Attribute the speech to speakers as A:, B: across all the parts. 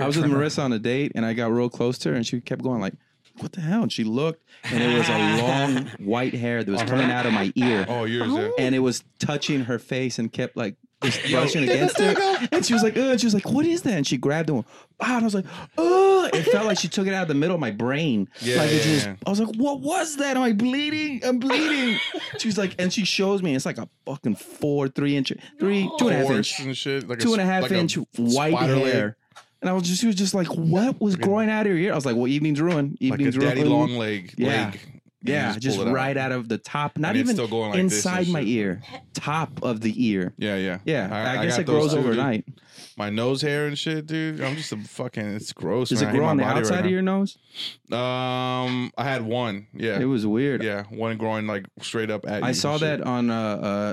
A: I was with Marissa on a date and I got real close to her and she kept going like, what the hell? And she looked and it was a long white hair that was coming out of my ear
B: Uh-huh. Oh, yours there.
A: and it was touching her face and kept like just brushing against it. And she was like, Ugh. and she was like, what is that? And she grabbed it and went, ah, and I was like, oh, it felt like she took it out of the middle of my brain.
B: Yeah,
A: like it
B: yeah,
A: just,
B: yeah.
A: I was like, what was that? Am I bleeding? I'm bleeding. she was like, and she shows me, it's like a fucking four, three inch, three, two and a half
B: Horse
A: inch,
B: and shit. Like
A: two and a
B: s-
A: half
B: like
A: inch white
B: spider leg,
A: hair. And I was just, she was just like, what was growing out of your ear? I was like, well, evening's ruined.
B: Like a
A: Evening's
B: daddy
A: ruined.
B: long leg.
A: Yeah.
B: leg. And
A: Yeah,
B: you
A: just
B: pull it
A: right out of the top, not
B: And it's
A: even
B: still going like this
A: inside
B: and
A: my
B: shit.
A: ear, top of the ear.
B: Yeah, yeah.
A: Yeah, I, guess
B: got
A: it
B: those
A: grows
B: too, dude.
A: overnight.
B: My nose hair and shit, dude. I'm just a fucking. It's gross.
A: Does
B: man.
A: it
B: I hate
A: grow
B: my
A: on the
B: body
A: outside
B: right
A: of your nose?
B: now. Um, I had one. Yeah,
A: It was weird.
B: yeah, one growing like straight up at. you
A: I
B: and
A: saw
B: shit.
A: that on. Uh,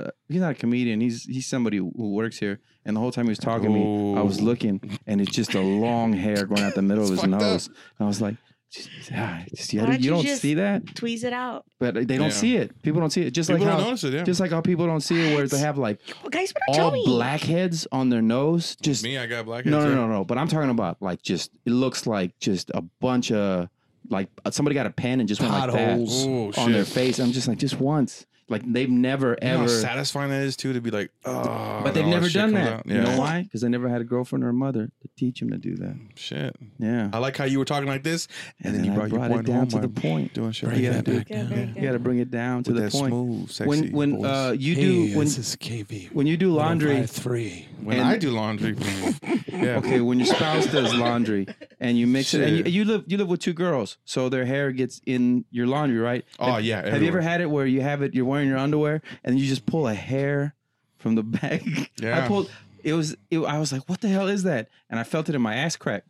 A: uh, he's not a comedian. He's he's somebody who works here. And the whole time he was talking to me, I was
B: Ooh.
A: looking, and it's just a long hair going out the middle of
B: It's
A: his
B: fucked up.
A: nose. And I was like, "Jeez, ah, just- you,
C: Why don't
A: you
C: you
A: don't
C: just-
A: see that,
C: Tweeze it out.
A: but they don't
B: Yeah.
A: see it. People don't see it. Just
B: People
A: like
B: don't
A: how,
B: notice it. Yeah,
A: just like how people don't see it, where they have like
C: Well, guys, what
A: all blackheads on their nose. Just
B: me. I got blackheads.
A: No, no,
B: yeah.
A: no, no. But I'm talking about like just it looks like just a bunch of like uh, somebody got a pen and just went like that
D: Potholes.
B: Oh shit!
A: on their face. I'm just like just once. Like they've never
B: You know how
A: ever.
B: satisfying that is too to be like, oh,
A: but they've
B: and all
A: never
B: shit
A: done
B: comes
A: that.
B: out.
A: You
B: Yeah,
A: know why? Because they never had a girlfriend or a mother to teach them to do that.
B: shit.
A: Yeah.
B: I like how you were talking like this, and,
A: And
B: then, you
A: then I
B: brought,
A: brought it
B: your point
A: down
B: home
A: to
B: by
A: the point.
B: doing shit.
A: Break
B: like
A: it
B: that, dude.
C: down, break it
A: You got to bring it down to
B: With
A: the
B: that
A: point.
B: smooth, sexy
A: when when uh,
B: voice.
A: you do when
D: this is KB.
A: when you do laundry.
D: three.
B: when
A: and-
B: I do laundry, yeah,
A: Okay, when your spouse does laundry and you mix it, and you,
B: Shit.
A: you live you live with two girls, so their hair gets in your laundry, right?
B: Oh,
A: Have-
B: yeah,
A: Have you ever
B: everywhere.
A: had it where you have it, you're wearing your underwear, and you just pull a hair from the back? I
B: Yeah.
A: pulled. It was. It, I was like, "What the hell is that?" And I felt it in my ass crack,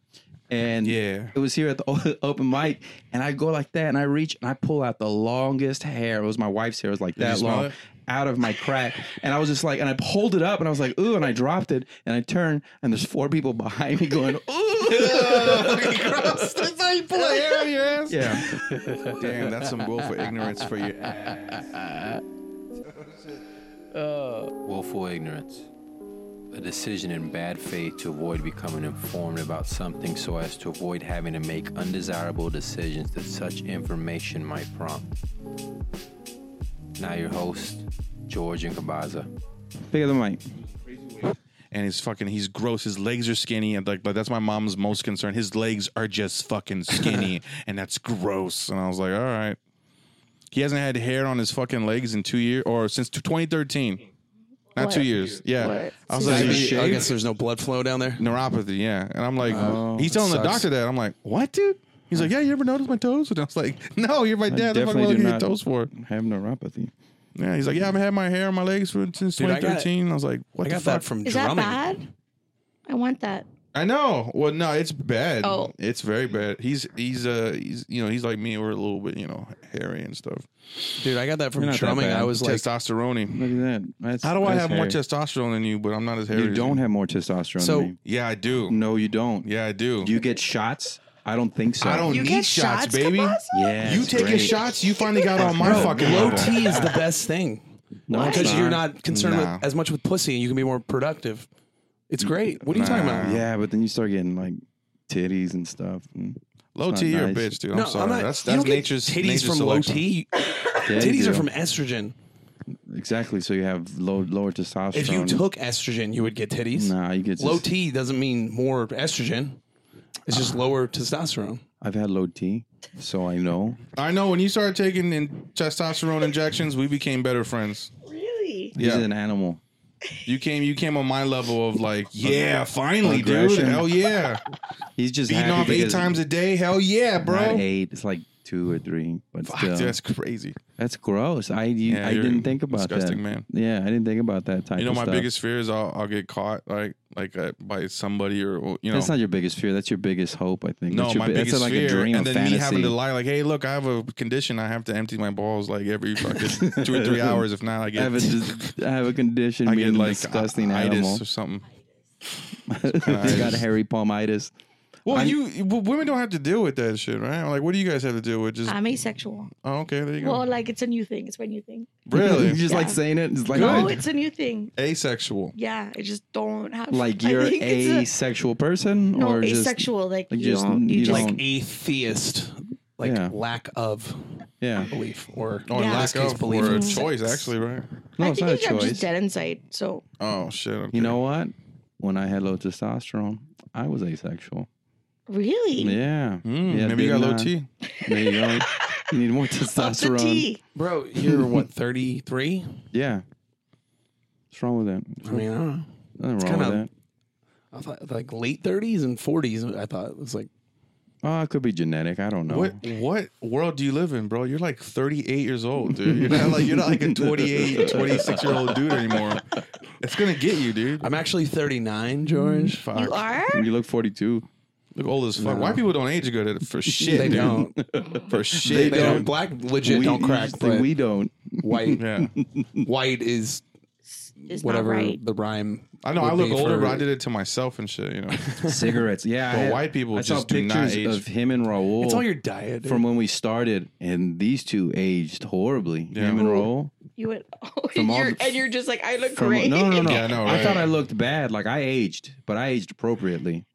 A: and
B: yeah.
A: it was here at the o- open mic, and I go like that, and I reach and I pull out the longest hair. It was my wife's hair. It was like
B: you
A: that
B: smell
A: long
B: it?
A: out of my crack, and I was just like, and I pulled it up, and I was like, ooh, and I dropped it, and I turned, and there's four people behind me going,
B: That's how you pull a hair out of your ass.
A: yeah.
B: Damn, that's some willful ignorance for you.
E: Willful ignorance. A decision in bad faith to avoid becoming informed about something so as to avoid having to make undesirable decisions that such information might prompt. Now, your host, George Incabaza.
A: Pick up the mic.
B: And he's fucking, he's gross. His legs are skinny. And like, like, that's my mom's most concern. His legs are just fucking skinny. and that's gross. And I was like, all right. He hasn't had hair on his fucking legs in two years or since 2013. Not two years. Yeah. I was like,
D: I,
B: he shaved?
D: guess there's no blood flow down there.
B: neuropathy. Yeah, and I'm like,
D: Oh,
B: he's
D: that
B: telling the
D: sucks.
B: doctor that. I'm like, what, dude? He's like, yeah, you ever notice my toes? And I was like, no, you're my dad. What the fuck am I
A: definitely do
B: looking at your
A: not-
B: toes for?
A: Have neuropathy.
B: Yeah, he's like, yeah, I've had my hair on my legs for, since
D: Dude, I got-
B: 2013. I, was like, what
D: I
B: the
D: got
B: fuck?
D: that from
C: Is
D: drumming.
C: that bad? I want that.
B: I know. Well, no, it's bad.
C: Oh.
B: It's very bad. He's he's uh he's you know he's like me. We're a little bit you know hairy and stuff.
D: Dude, I got that from
A: You're not that
D: drumming.
A: bad.
D: I was like,
B: testosterone.
A: Look at that. That's,
B: How do I
A: that's
B: have more
A: hairy.
B: testosterone than you? But I'm not as hairy.
A: You
B: as
A: don't have more testosterone.
D: So-
A: than me.
B: Yeah, I do.
A: no, you don't.
B: Yeah, I do.
A: Do you get shots? I don't think so.
B: I don't
C: You
B: need
C: get
B: shots,
C: shots,
B: baby.
C: Kabasa?
A: Yeah,
B: you
A: it's
B: taking
A: great.
B: shots? You finally got on my
D: bro,
B: fucking
D: low
B: level.
D: T is the best thing
A: No, it's
D: because you're not concerned
B: Nah.
D: with as much with pussy, and you can be more productive. It's great. What are you talking
B: Nah.
D: about?
A: Yeah, but then you start getting like titties and stuff. Mm. and-
B: Low
A: It's
B: T,
A: not
B: you're a
A: nice.
B: bitch, dude. I'm sorry. that's
D: you don't
B: that's
D: get
B: nature's
D: titties
B: nature's
D: from
B: selection.
D: low T.
A: Yeah, you
D: Titties
A: do.
D: are from estrogen.
A: exactly. So you have low lower testosterone.
D: If you took estrogen, you would get titties.
A: nah, you get
D: Low
A: just-
D: T doesn't mean more estrogen. It's just lower testosterone.
A: I've had low T, so I know.
B: I know when you started taking in testosterone injections, we became better friends.
C: Really?
A: He's
B: Yeah.
A: an animal.
B: You came you came on my level of like, yeah, finally,
A: Aggression.
B: dude. Hell yeah.
A: He's just
B: Beating
A: happy
B: off eight
A: because-
B: times a day. Hell yeah,
A: Not
B: bro.
A: eight. It's like two or three, but
B: Fuck,
A: still,
B: dude,
A: that's,
B: that's crazy.
A: gross. I you,
B: Yeah,
A: I
B: you're
A: didn't think about
B: disgusting
A: that.
B: man.
A: Yeah, I didn't think about that type.
B: You know,
A: of
B: my
A: stuff.
B: biggest fear is I'll, I'll get caught like like uh, by somebody or or, you know.
A: That's not your biggest fear. That's your biggest hope. I think.
B: no,
A: that's your,
B: my
A: bi-
B: biggest
A: that's like
B: fear,
A: a dream,
B: and
A: a
B: then
A: fantasy.
B: me having to lie, like, "Hey, look, I have a condition. I have to empty my balls like every fucking two or three hours. If not, I
A: I
B: get
A: have a, dis- I have a condition.
B: I
A: being
B: get
A: a
B: like
A: disgusting
B: i- itis
A: animal.
B: or something.
A: you got
B: itis.
A: hairy palmitis.
B: Well,
A: I'm-
B: you w- women don't have to deal with that shit, right? Like, what do you guys have to deal with? Just
C: I'm asexual.
B: oh, okay, there you go.
C: Well, like it's a new thing. It's my new thing.
A: you
B: really,
A: just like
C: Yeah.
A: saying it. It's like
C: No,
B: Good.
C: it's a new thing.
B: asexual.
C: Yeah, I just don't have.
A: like
C: I
A: you're
C: think it's a-
A: a sexual person
C: no
A: or just
C: asexual. like
A: like,
C: you
A: just-
C: don't. You
A: you
C: just
A: don't-
D: atheist, like
A: Yeah.
D: lack of
A: yeah.
D: belief or
B: Oh, and
C: Yeah.
B: lack
D: This case,
B: of
D: belief
B: or a
D: in
B: choice,
D: sex.
B: actually, right?
A: No,
C: I
A: it's not
C: think
A: a
C: I'm just
A: choice.
C: dead inside. So
B: Oh shit! okay.
A: You know what? When I had low testosterone, I was asexual.
C: really,
A: Yeah.
B: Mm,
A: Yeah,
B: maybe you got
A: didn't
B: low
A: I?
B: T.
A: There you go. You need more
C: Up the
A: testosterone.
C: T.
D: bro, you're what 33?
A: Yeah. What's wrong with that?
D: I mean, I don't know.
A: Nothing wrong with
D: kinda-
A: that.
D: I thought like late 30s and 40s. I thought it was like
A: Oh, it could be genetic. I don't know.
B: What what world do you live in, bro? You're like 38 years old, dude. You're not like you're not like a 28, 26 year old dude anymore. It's gonna get you, dude.
D: I'm actually 39, George.
B: Fuck.
C: You are.
A: You look 42.
B: Look old as fuck.
D: No.
B: White people don't age good at for shit,
D: they
B: dude.
D: don't.
B: For shit,
D: They
B: dude.
D: don't. Black legit
A: We-
D: don't
A: you
D: crack,
A: just think
D: but
A: we don't.
D: white
B: Yeah,
D: white is
C: It's
D: whatever
C: not right.
D: the rhyme.
B: I know. I
D: would
B: look
D: be
B: older,
D: for-
B: but I did it to myself and shit. You know,
A: Cigarettes. Yeah.
B: But
A: had-
B: white people
A: I saw
B: just do not
A: pictures
B: age.
A: of him and Raul
D: It's all your diet. dude.
A: from when we started, and these two aged horribly.
B: Yeah.
A: Him and Raul.
C: You would,
A: From
C: oh, and,
A: all
C: you're,
A: the-
C: and you're just like, I look
A: From,
C: great.
A: No, no, no.
B: Yeah, I know,
A: I
B: right?
A: thought I looked bad. Like I aged, but I aged appropriately.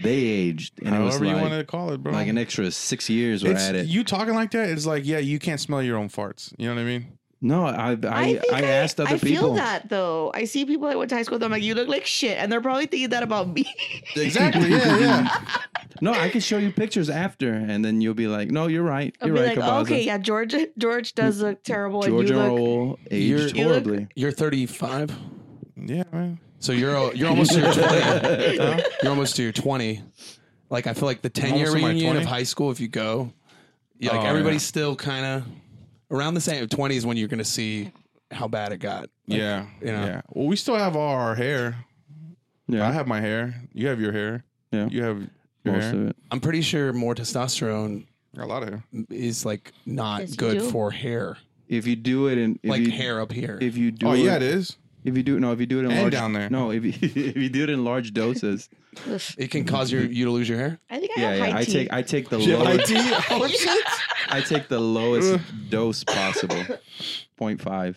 A: They aged, and
B: however
A: it
B: you
A: was
B: want
A: like,
B: to call it, bro.
A: like an extra six years were
B: it's,
A: at it.
B: You talking like that? It's like, yeah, you can't smell your own farts. You know what I mean?
A: no, I I, I, asked other
C: I
A: people.
C: feel that though. I see people that went to high school. With them, I'm like, you look like shit, and they're probably thinking that about me.
B: Exactly. Yeah, yeah.
A: No, I can show you pictures after, and then you'll be like, "No, you're right.
C: I'll
A: You're
C: be
A: right,
C: like,
A: Kabaza.
C: okay, yeah, George, George does look terrible,
A: Georgia
C: and you look.
A: Roll
D: You're-
A: aged
D: you
C: look-
A: horribly.
D: You're 35,
B: yeah, man.
D: so you're you're almost to your 20. You're almost to your 20. Like I feel like the 10 year
B: almost in my
D: reunion of
B: 20?
D: high school. If you go, yeah, like
B: Oh,
D: everybody's still kind of around the same 20s when you're gonna see how bad it got. Like,
B: yeah,
D: you know.
B: yeah. Well, we still have all our hair. I have my hair. You have your hair.
A: Yeah.
B: You have your
A: most
B: hair.
A: of it.
D: I'm pretty sure more testosterone
B: Got A lot of hair.
D: is like not
C: Yes, you
D: good
C: do.
D: for hair,
A: If you do it in if
D: like
A: you,
D: hair up here.
A: if you do
B: Oh
A: it,
B: yeah, it is.
A: if you do no, if you do it in
B: And
A: large
B: down there.
A: no, if you if you do it in large doses,
C: Ugh.
D: it can cause your you to lose your hair.
C: I think I
A: yeah,
C: have
A: yeah,
C: high
A: I
C: tea.
A: take I take the lowest
B: Oh shit.
A: I take the lowest dose possible, 0.5.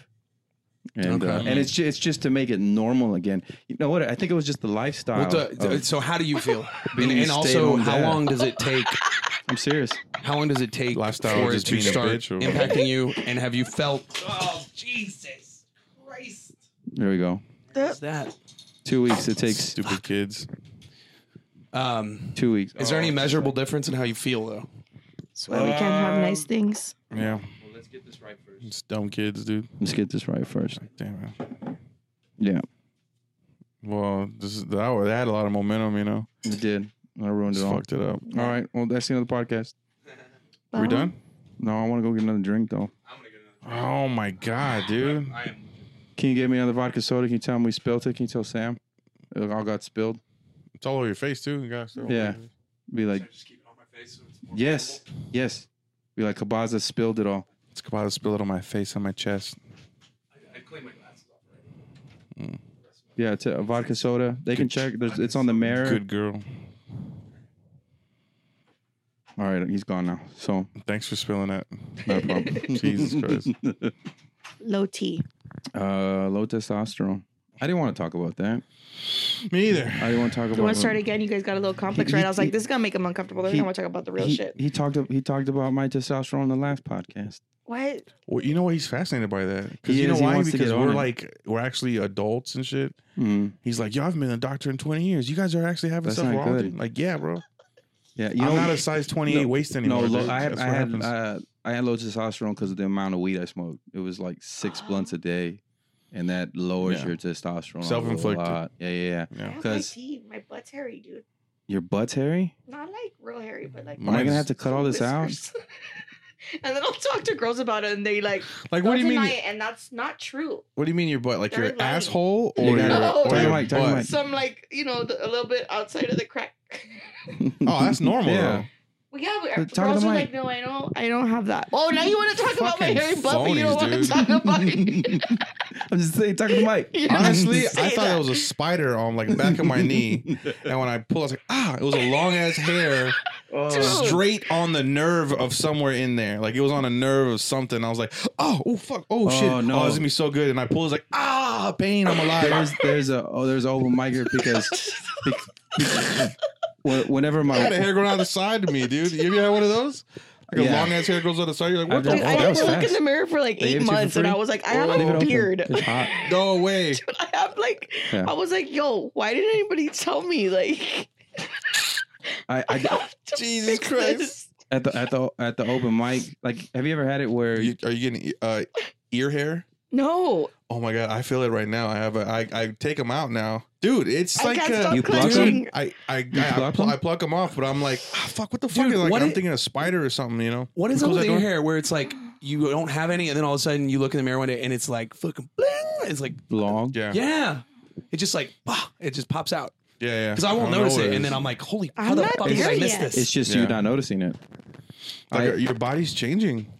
A: and uh,
D: Okay.
A: and it's ju- it's just to make it normal again. You know what? I think it was just the lifestyle.
D: Well, d- d-
A: of-
D: so how do you feel?
A: Oh, Being
D: and and
A: a
D: also,
A: stay-at-home
D: how
A: dad.
D: long does it take?
A: I'm serious.
D: How long does it take
B: Lifestyle
D: for
B: of
D: it
B: just
D: to
B: being a
D: start
B: bitch or what?
D: impacting you? And have you felt
A: There we go.
D: that?
A: Two weeks. It takes
B: Stupid kids.
D: Um,
A: two weeks.
D: is there any measurable difference in how you feel though?
C: That's why we can't have nice things.
B: Yeah. It's dumb kids, dude.
A: Let's get this right first.
B: Damn it.
A: Yeah,
B: Well, this is that, that had a lot of momentum, you know.
A: it did. I ruined it
B: Just
A: all.
B: fucked it up.
A: All right. Well, that's the end of the podcast.
B: We done?
A: No, I want to go get another drink though.
B: Oh my god, dude.
A: Can you get me another vodka soda? Can you tell him we spilled it? Can you tell Sam? It all got spilled.
B: It's all over your face too, guys.
A: Yeah. Be like, yes, yes. Be like, Kabaza spilled it all.
B: It's about to spill it on my face, on my chest.
A: Yeah, it's a vodka soda. They can check. There's, it's on the mirror.
B: Good girl.
A: All right, he's gone now. So
B: Thanks for spilling it.
A: no problem.
B: Jesus Christ.
C: Low T.
A: Uh, low testosterone. I didn't want to talk about that.
B: Me either.
A: I didn't want to talk about.
C: You want to start again? You guys got a little complex,
A: He-
C: right? I was
A: he-
C: like, this is gonna make him uncomfortable. They're
A: he-
C: gonna want to talk about the real
A: he,
C: shit.
A: he talked. He talked about my testosterone in the last podcast.
C: What?
B: Well, you know what? He's fascinated by that because
A: He
B: you know
A: is. He
B: why?
A: wants to
B: Because
A: get on
B: we're
A: it.
B: like we're actually adults and shit.
A: Mm.
B: He's like, yo, I haven't been a doctor in twenty years. You guys are actually having
A: That's
B: stuff
A: not
B: wrong.
A: good.
B: With you. Like, yeah, bro.
A: Yeah, you
B: I'm
A: know,
B: not a size twenty eight
A: no,
B: waist
A: no.
B: anymore.
A: Low,
B: dude.
A: I had.
B: That's
A: I
B: what
A: had.
B: happens.
A: Uh, I had low testosterone because of the amount of weed I smoked. It was like six blunts a day, and that lowers
B: Yeah.
A: your testosterone. a
B: Self-inflicted.
A: lot. Yeah, yeah, yeah.
C: I
B: yeah.
C: have high
A: 'Cause-
C: T. My butt's hairy, dude.
A: Your butt's hairy.
C: Not like real hairy, but like.
A: Am I gonna
B: Mine's-
A: have to cut all this out?
C: Whiskers. and then I'll talk to girls about it, and they like,
B: Like,
C: they'll
B: what do you mean?
C: deny it, and that's not true.
B: What do you mean your butt? Like your
C: They're lying.
B: asshole or
A: You
B: your,
A: got
C: it.
B: or
C: Turn
B: your
A: the mic, turn the
B: butt?
A: mic.
C: Some like you know the, a little bit outside of the crack.
B: Oh, that's normal.
A: Yeah.
C: Well, yeah, but
A: But talk to
C: girls
A: the
C: are
A: mic.
C: like, no, I don't, I don't have that. Oh, now you want to talk about my
B: Fucking
C: hairy butt, but you don't want to
B: phonies,
C: talk about it.
A: I'm just saying, talking to Mike.
B: Honestly,
C: Say
B: I thought
C: that.
B: it was a spider on like back of my knee, and when I pulled, I was like, ah, it was a long ass hair
D: uh,
C: Dude.
B: straight on the nerve of somewhere in there. Like it was on a nerve of something. I was like, oh, oh fuck, oh, shit,
A: no.
B: oh, it's gonna be so good. And I pulled, it's like, ah, pain, I'm alive.
A: There's there's a oh there's an open mic here because, because wh- whenever my
B: I had a hair growing out the side of me, dude. You ever had one of those? Like
A: Yeah.
B: a long ass hair grows out the side. You're like,
A: I've
B: what
A: done-
B: the
C: Dude,
A: Oh,
C: I
A: that
C: had
A: was
C: to look in
A: fast.
C: the mirror for like
A: They gave it to you
C: eight
A: for
C: months, and
A: free?
C: I was like, I have
A: leave it
C: a
A: open.
C: beard.
A: It's hot.
B: No way.
C: I have like,
A: Yeah.
C: I was like, yo, why didn't anybody tell me? Like,
A: I, I
C: have to
B: Jesus
C: fix
B: Christ.
C: this.
A: at the at the at the open mic like have you ever had it where
B: Are you, are you getting uh, ear hair?
C: No,
B: Oh my god, I feel it right now. I have a, I, I take them out now, dude. It's
C: I
B: like
C: can't
B: a,
C: stop
A: You pluck 'em?
C: clutching.
B: I I I,
A: pluck
B: pl-
A: 'em?
B: I pluck them off, but I'm like, ah, fuck, what the fuck?
D: Dude,
B: is like
D: what
B: I'm
D: i-
B: thinking a spider or something, you know?
D: What is
B: Who
D: up
B: closed
D: with
B: that
D: your
B: door?
D: hair where it's like you don't have any, and then all of a sudden you look in the mirror one day and it's like fucking bling. It's like
A: long
B: Yeah, yeah,
D: yeah, it just like bah, it just pops out
B: yeah.
D: because I
B: don't
D: won't
B: know
D: notice
B: what
D: it, and
B: is.
D: then I'm like, holy,
C: I'm
D: how the
C: not
D: fuck did I
C: there
D: miss
C: yet.
D: this?
A: it's just you
B: Yeah.
A: not noticing it
B: Like,
A: I-
B: your- your body's changing.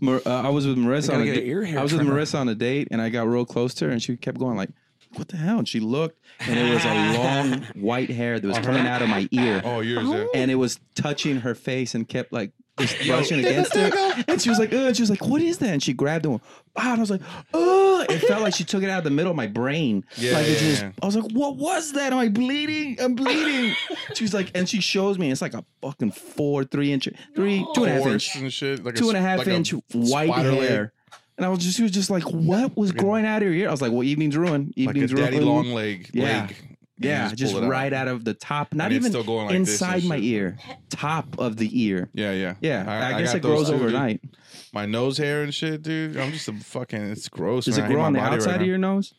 A: Mar- uh, I was with Marissa
D: I
A: on
D: gotta
A: a
D: get an
A: date.
D: ear hair
A: I was with
D: trimmer.
A: Marissa on a date and I got real close to her and she kept going like what the hell and she looked and it was a long white hair that was coming out of my ear
B: Oh, yours. yeah.
A: and it was touching her face and kept like just brushing against her. And she was like, "Ugh," and she was like, what is that? And she grabbed it and, went, ah, and I was like, oh, it felt like she took it out of the middle of my brain.
B: Yeah,
A: like, it
B: yeah,
A: just,
B: yeah.
A: I was like, what was that? Am I bleeding? I'm bleeding. she was like, and she shows me, it's like a fucking four, three inch, three, two and a half
B: Horse
A: inch,
B: and shit, like
A: two and a
B: s-
A: half
B: like
A: inch white
B: spider leg,
A: hair. And I was just, she was just like, what was growing out of your ear? I was like, well, evening's ruined.
B: like a
A: Evening's ruined.
B: daddy long leg.
A: Yeah.
B: leg. And you
A: Yeah, just,
B: pull it out.
A: right out of the top, not
B: it's
A: even
B: still going like this and
A: inside my
B: shit.
A: ear, top of the ear.
B: Yeah, yeah,
A: Yeah, I, guess
B: got
A: it
B: those
A: grows
B: too, dude.
A: overnight.
B: My nose hair and shit, dude. I'm just a fucking. It's gross.
A: Does it
B: man. I hate
A: grow
B: my
A: on the
B: body right
A: outside
B: now.
A: of your nose?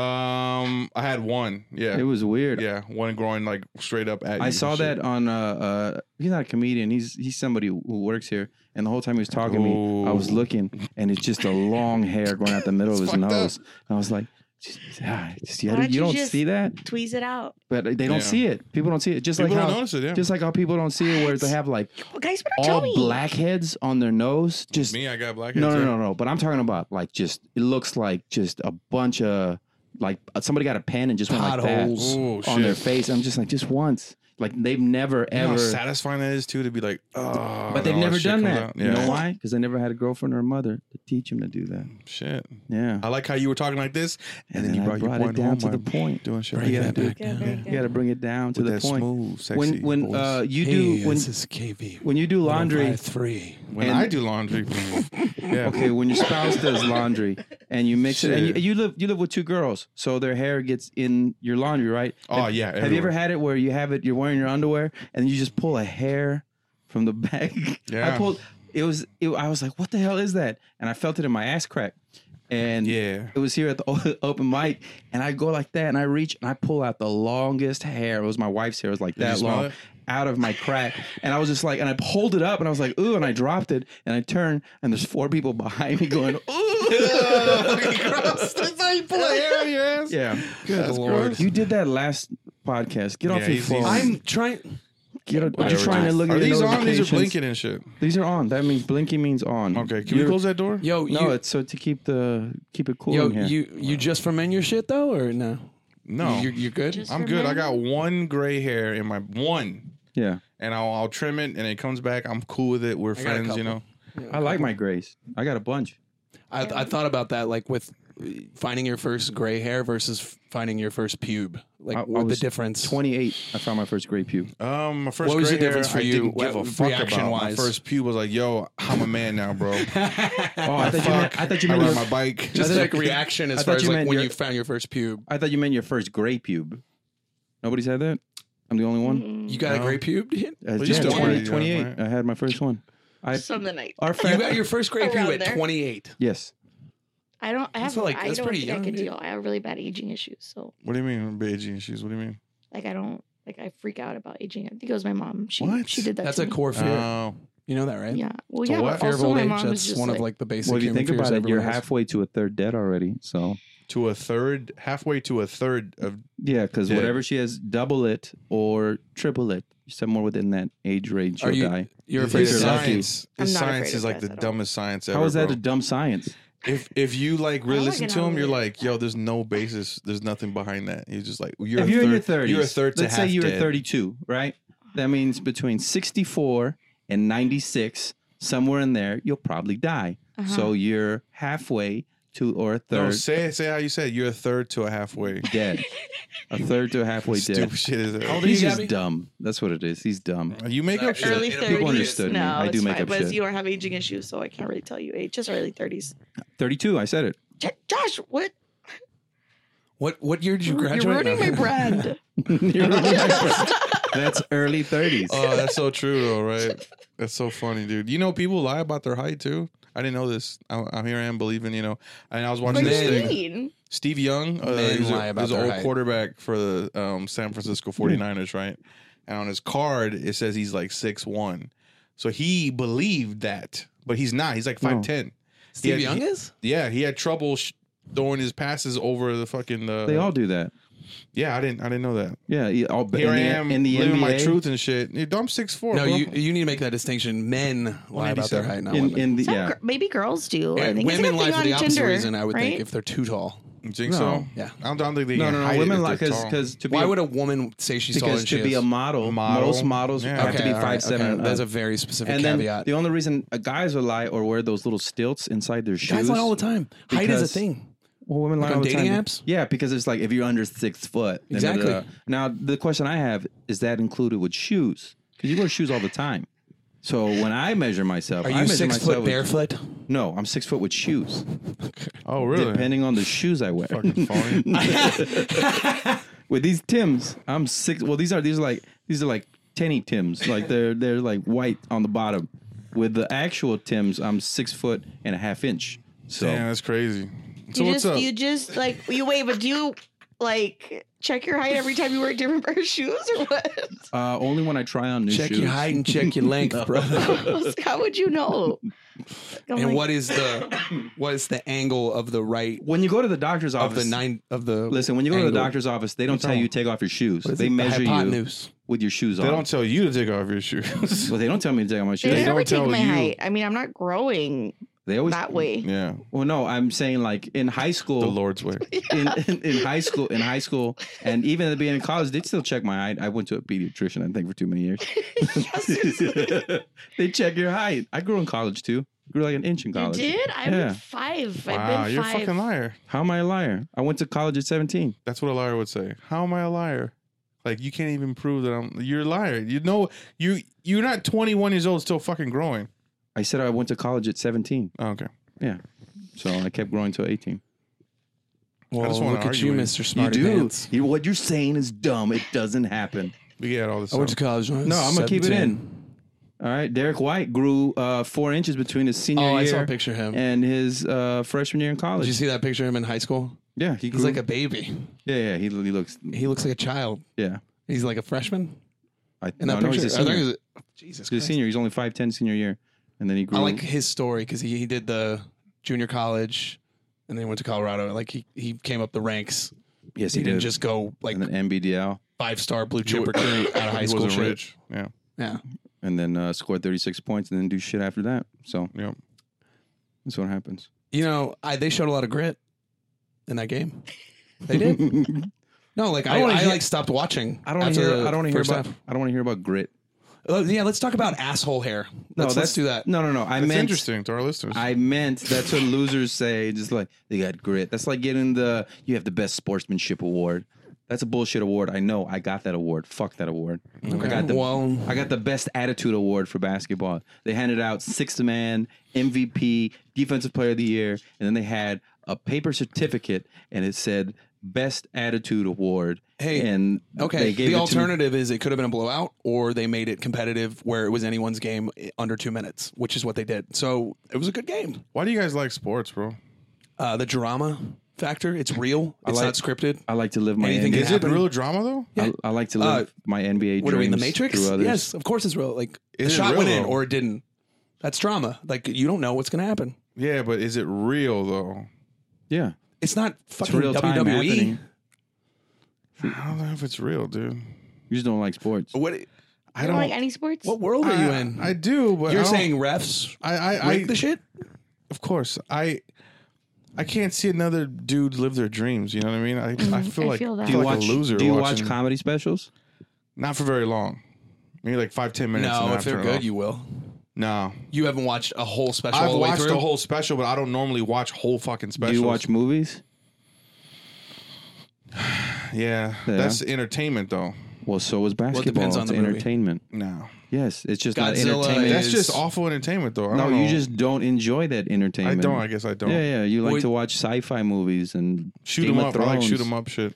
B: Um, I had one. Yeah,
A: It was weird.
B: yeah, one growing like straight up at. you
A: I
B: and
A: saw
B: shit.
A: that on. Uh, uh, he's not a comedian. He's he's somebody who works here. And the whole time he was talking to me, I was
B: Ooh.
A: looking, and it's just a long hair going out the middle of
B: It's
A: his
B: fucked up.
A: nose. And I was like, "Just- ah, just- you,
C: Why don't
A: you
C: you
A: don't
C: just-
A: see that,
C: Tweeze it out,
A: but they don't
B: Yeah.
A: see it. People don't see it. Just
B: People
A: like
B: don't
A: how,
B: notice it. Yeah,
A: just like how people don't see it where they have like
C: well, guys. Better tell
A: all
C: me.
A: blackheads on their nose. Just
B: me. I got black.
A: No, no, no, no. But I'm talking about like just it looks like just a bunch of like uh, somebody got a pen and just went like that
D: Potholes.
B: Oh
A: on
B: shit.
A: their face. I'm just like just once. Like they've never
B: You know
A: ever,
B: how satisfying that is too to be like, oh,
A: but they've never done that.
B: Yeah.
A: You know why? Because they never had a girlfriend or a mother to teach them to do that.
B: Shit.
A: Yeah.
B: I like how you were talking like this, and, Oh, then,
A: I
B: you brought, your
A: it
B: point
A: down
B: home
A: to the
B: by
A: point.
B: doing shit.
D: Bring
B: like
D: that
B: that, dude.
D: back
C: Yeah,
D: down.
C: very
A: You got to bring it down to
B: With
A: the
B: that
A: point.
B: smooth, sexy
A: When when
B: voice.
A: uh, you do
D: Hey,
A: when
D: this is KB.
A: when you do laundry,
D: 153.
B: when
A: and-
B: I do laundry, yeah.
A: okay, when your spouse does laundry and you mix it, and you,
B: Shit.
A: you live you live with two girls, so their hair gets in your laundry, right?
B: Oh yeah.
A: Have you ever
B: everywhere.
A: had it where you have it, you're wearing your underwear, and you just pull a hair from the back?
B: Yeah.
A: I pulled. It was. It, I was like, "What the hell is that?" And I felt it in my ass crack, and
B: Yeah.
A: it was here at the o- open mic, and I go like that, and I reach, and I pull out the longest hair. It was my wife's hair. It was like
B: you
A: that
B: smell
A: long
B: it?
A: out of my crack, and I was just like, and I pulled it up, and I was like, "Ooh!" And I dropped it, and I turn, and there's four people behind me going,
B: That's how you pull a hair out of your ass.
A: "Yeah,
B: That's gross.
A: you did that last." Podcast. Get off
B: Yeah,
A: your
B: he's- he's-
A: phone.
D: I'm trying.
A: Get a,
B: Whatever,
A: you're trying to
B: dude.
A: look at
B: Are
A: your
B: these on? These
A: notifications.
B: are blinking and shit.
A: These are on. That means blinking means on.
B: Okay, can
A: You're-
B: we close that door?
D: Yo,
A: No,
D: you,
A: it's so to keep the keep it cool.
D: yo,
A: in here.
D: you you just from in your shit though, or no?
B: No,
D: you, you're good.
C: Just
B: I'm
C: for
B: good. I
C: men?
B: got one gray hair in my one,
A: yeah.
B: and I'll, I'll trim it, and it comes back. I'm cool with it. We're
D: got a
B: friends, you know.
A: I like my grays. I got a bunch.
D: I, I thought about that, like with finding your first gray hair versus finding your first pube. Like,
A: I- I
D: what the
A: was
D: difference?
A: Twenty eight. I found my first gray pube.
B: Um, my first
D: What was
B: gray
D: the difference
B: hair,
D: for
B: I
D: you,
B: Didn't give
D: what-
B: a fuck about my
D: reaction-wise?
B: first pube was like, yo, I'm a man now, bro.
A: Oh, I thought you meant. I thought you
B: I
A: meant.
B: ride
A: Your,
B: my bike.
D: Just like reaction
A: I
D: as
A: thought
D: far as
A: you
D: like
A: meant
D: when
A: your-
D: you found your first pube.
A: I thought you meant your first gray pube. Nobody said that. I'm the only one.
C: Mm,
D: You got a
B: No.
D: gray pube? dude?
A: Uh,
B: Mm-hmm. Well, you
A: yeah,
B: still
A: 20
B: are, yeah,
A: 28.
B: right.
A: I had my first one. I Oh.
C: Some of the night.
A: our
D: You
A: fa-
D: got your first gray
C: Around
D: pube at
C: there.
D: 28.
A: yes.
C: I don't. I
D: That's
C: have.
D: like-
C: I
D: that's
C: don't
D: pretty
C: think
D: young,
C: I can
D: dude.
C: deal. I have really bad aging issues. So
B: What do you mean, beige shoes? What do you mean?
C: like, I don't like. I freak out about aging. I think it was my mom. She
B: What?
C: she did that.
D: That's
C: to
D: a
C: me.
D: core fear.
A: Uh,
B: Oh,
D: you know that, right?
C: Yeah. Well,
D: It's a
C: yeah.
D: what?
C: But
D: fear of
C: also,
D: old
C: my
D: age.
C: mom is
D: That's
C: just
D: one
C: like,
D: of like the basic
A: Well, if you
D: human
A: think
D: fears
A: about it, you're
D: everyone has.
A: halfway to a third dead already. So
B: to a third, halfway to a third of.
A: yeah, because
B: Dead.
A: whatever she has, double it or triple it. Somewhere within that age range,
D: Are
A: you'll
D: you?
A: die.
D: You're
B: His
D: afraid of
A: You're
D: science.
B: science. His
C: I'm not afraid
B: science
C: of
B: is like
C: death
B: the
C: at all.
B: dumbest science ever.
A: How is that
B: bro.
A: a dumb science?
B: if if you like really
C: I like
B: listen
C: it
B: to
C: how
B: him,
C: it
B: you're
C: is.
B: like, yo, there's no basis, there's nothing behind that. You're just like, you're
A: if
B: a
A: you're in your
B: third-
A: 30s,
B: you're a third to
A: let's say
B: half
A: you're
B: dead.
A: 32, right? That means between 64 and 96, somewhere in there, you'll probably die.
C: uh-huh.
A: So you're halfway to or a third
B: No, say say how you said you're a third to a halfway.
A: dead, a third to a halfway dead.
B: Stupid shit is that?
D: How old are you,
A: He's just
D: Gabby?
A: dumb. That's what it is. He's dumb.
B: You make up shit.
C: Early
E: People
C: 30s.
A: understood me.
C: No,
A: I do
C: it's
A: make
C: fine,
A: up
C: but
A: shit.
C: you don't have aging issues, so I can't really tell you age. Just early 30s.
A: 32. I said it.
C: J- Josh, what?
D: What what year did you graduate?
C: You're ruining my
D: No.
C: brand.
A: You're right, bro. That's early 30s.
B: Oh, that's so true though, right? That's so funny, dude. You know, people lie about their height too. I didn't know this. I, I'm here. I am believing. You know, and I was
C: what
B: watching
C: do
B: this
C: you
D: Men.
B: thing.
C: mean?
B: Steve Young, uh,
D: Men
B: he's
D: lie
B: a,
D: about
B: he's an
D: their
B: old
D: height.
B: quarterback for the um, San
A: Hmm.
B: Francisco 49ers, right? And on his card, it says he's like six one. So he believed that, but he's not. He's like
A: No.
B: 5'10.
D: Steve
B: Yeah,
D: Young
B: he-
D: is?
B: Yeah, he had trouble sh- throwing his passes over the fucking. Uh,
A: They all do that.
B: Yeah, I didn't. I didn't know that.
A: Yeah. you- All,
B: Here
A: in
B: I
A: the,
B: am
A: in the
B: living
A: NBA,
B: my truth and shit. Dude, I'm six four.
D: No, you you need to make that distinction. Men lie about their
B: 187.
D: height, not
A: In,
D: women.
A: in the,
C: Some
A: yeah.
C: gir- maybe girls do. I
D: And
C: think. It's like
D: women
C: a
D: lie
C: thing
D: for the
C: on
D: opposite
C: Tinder,
D: reason, I would
C: right?
D: think, if they're too tall.
B: You think
A: No.
B: so?
D: Yeah.
B: I don't think they
A: No,
B: can
A: no,
B: hide
A: no.
B: it
A: Women
B: if
A: like
B: they're
A: because
B: tall.
A: because to be
D: Why
A: a-
D: would a woman say she's taller
A: because
D: than she
A: to be
D: is?
A: a model,
B: Model.
A: most models
B: Yeah.
A: have to be
D: all
A: five
D: right,
A: seven.
D: okay.
A: and
D: That's
A: up.
D: a very specific
A: and then
D: caveat.
A: the only reason uh, guys will lie or wear those little stilts inside their shoes.
D: Guys lie all the time. Height is a
A: because-
D: thing.
A: Well, women lie
D: Like
A: all
D: on
A: the
D: dating
A: time.
D: apps?
A: Yeah, because it's like if you're under six foot. da, da, da, da.
D: Exactly.
A: Now the question I have is that included with shoes? Because you wear shoes all the time. So when I measure myself,
D: Are
A: I
D: you
A: measure
D: six
A: myself
D: foot
A: with-
D: barefoot?
A: No, I'm six foot with shoes.
B: Oh, really?
A: Depending on the shoes I wear.
B: Fucking phony.
A: with these Tims, I'm six. Well, these are these are like these are like tenny Tims. Like they're they're like white on the bottom. With the actual Tims, I'm six foot and a half inch. So
B: Damn, that's crazy. So
C: You
B: what's
C: just,
B: up?
C: you just like you wait, but do you like check your height every time you wear a different pair of shoes or what?
A: uh, only when I try on new
D: Check
A: shoes.
D: your height and check your length, brother.
C: Like, How would you know? Like, I'm
D: and
C: like,
D: what is the what is the angle of the right
A: When you go to the doctor's
D: of
A: office,
D: the nine of the
A: listen. When you go to the
D: angle?
A: doctor's office, they don't tell
D: wrong?
A: you to take off your shoes.
D: What is
A: They
D: it? The
A: measure you
D: hypotenuse.
A: with your shoes
B: They
A: on.
B: don't tell you to take off your shoes.
A: well, they don't tell me to take off my
C: They
A: shoes.
B: They
C: never
B: don't
C: take
B: tell
C: my
B: you.
C: height. I mean, I'm not growing
A: They always.
C: that way.
B: yeah,
A: Well, no, I'm saying like in high
B: the
A: school,
B: Lord's way.
A: in, in, in high school, in high school, and even at the beginning of college, they'd still check my height. I went to a pediatrician, I think, for too many years. they check your height. I grew in college too. Grew like an inch in
C: You
A: college.
C: did? I'm
A: Yeah.
C: five.
B: Wow,
C: I've been
B: you're a
C: five.
B: fucking liar.
A: How am I a liar? I went to college at 17.
B: That's what a liar would say. How am I a liar? Like you can't even prove that I'm. You're a liar. You know you you're not 21 years old, still fucking growing.
A: I said I went to college at 17,
B: Oh, okay,
A: so I kept growing till 18.
D: Well,
B: just wanna
D: look at
B: argue
D: you,
B: with
D: Mr. Smarty Pants.
A: You- what you're saying is dumb. It doesn't happen.
B: we get all this.
D: I went to
B: Stuff.
D: college. when I was
A: No, I'm gonna keep it
D: 17.
A: in. All right, Derek White grew uh, four inches between his senior
D: Oh,
A: year
D: I saw a picture of him.
A: and his uh, freshman year in
D: Did
A: college.
D: you see that picture of him in high school?
A: yeah, he
D: He's
A: grew-
D: like a baby.
A: yeah, yeah. He, he looks
D: He looks like a child.
A: yeah.
D: He's like a freshman.
A: I,
D: In
A: no,
D: that
A: no,
D: picture,
A: he's a
D: I think
A: senior.
D: he's a- Jesus
A: He's a
D: Christ.
A: senior. He's only 5'10 senior year. And then he grew.
D: I like his story because he, he did the junior college and then went to Colorado. Like he, he came up the ranks.
A: yes,
D: He,
A: he,
D: didn't
A: did.
D: just go like
A: and then MBDL.
D: five star blue chip recruit out of high
B: He
D: school.
B: wasn't
D: Shit.
B: rich. Yeah,
D: Yeah.
A: And then uh, score 36 points and then do shit after that. So
B: yeah.
A: that's what happens.
D: You know, I, they showed a lot of grit in that game. They did. No, like
A: I
D: I,
A: wanna
D: I,
A: hear-
D: like stopped watching.
A: I don't want to
D: after
A: hear.
D: the
A: I don't want to hear
D: first
A: about.
D: half.
A: I don't want to hear about grit.
D: Uh, yeah, let's talk about asshole hair.
A: No,
D: Let's,
A: that's
D: let's do that.
A: No, no, no. I
B: That's
A: meant.
B: interesting to our listeners.
A: I meant that's what losers say. Just like they got grit. That's like getting the you have the best sportsmanship award. That's a bullshit award. I know. I got that award. Fuck that award. I got the
D: Well,
A: I got the best attitude award for basketball. They handed out sixth man, MVP, defensive player of the year, and then they had a paper certificate and it said best attitude award.
D: Hey,
A: and
D: okay.
A: they gave
D: The
A: it to-
D: alternative is it could have been a blowout, or they made it competitive where it was anyone's game i- under two minutes, which is what they did. So it was a good game.
B: Why do you guys like sports, bro?
D: Uh, the drama factor, it's real. It's
A: like-
D: not scripted.
A: I like to live my
D: Anything
A: NBA,
D: can
B: Is
D: happen.
B: it real drama though?
A: I, I like to live
D: Uh,
A: my NBA
D: What are we in the
A: dreams
D: Matrix?
A: through others.
D: Yes, of course it's real. Like the
B: Is it
D: shot went
B: real,
D: in
B: though?
D: or it didn't. That's drama. Like you don't know what's going to happen.
B: Yeah, but is it real though?
A: Yeah.
D: It's not fucking E?
A: real time
D: WWE.
A: happening.
B: I don't know if it's real, dude.
A: You just don't like sports.
D: What
B: I
C: You
B: don't.
C: don't like any sports?
D: what world are you
B: I-
D: in?
B: I do, but I
D: You're
B: don't-
D: saying refs
B: I I, I
D: rig the shit?
B: Of course, I I can't see another dude live their dreams. You know what I mean? I, I feel
C: Mm-hmm. I
B: like,
C: feel that.
B: I
C: Do
A: Do you
B: feel like
A: watch
B: a loser.
A: Do you watch
B: watching,
A: comedy specials?
B: Not for very long. Maybe like five ten minutes. and
D: No,
B: then
D: if they're
B: I turn it
D: good,
B: off.
D: you will.
B: No,
D: You haven't watched a whole special. all
B: I've
D: the way
B: watched
D: through?
B: a whole special, but I don't normally watch whole fucking specials.
A: Do you watch movies?
B: Yeah,
A: Yeah.
B: that's entertainment though.
A: Well, so is basketball.
D: depends on
A: it's
D: the movie.
A: entertainment.
B: No,
A: Yes, it's just
D: Godzilla
A: not entertainment.
B: that's
D: is-
B: just awful entertainment though. I
A: no,
B: don't know.
A: you just don't enjoy that
B: Oh. I
A: entertainment.
B: don't. I guess I don't.
A: Yeah, yeah. You like
D: Well,
A: to watch sci-fi movies and
B: Shoot
A: Game
B: them
A: of
B: up. I like
A: Thrones.
B: shoot them up shit.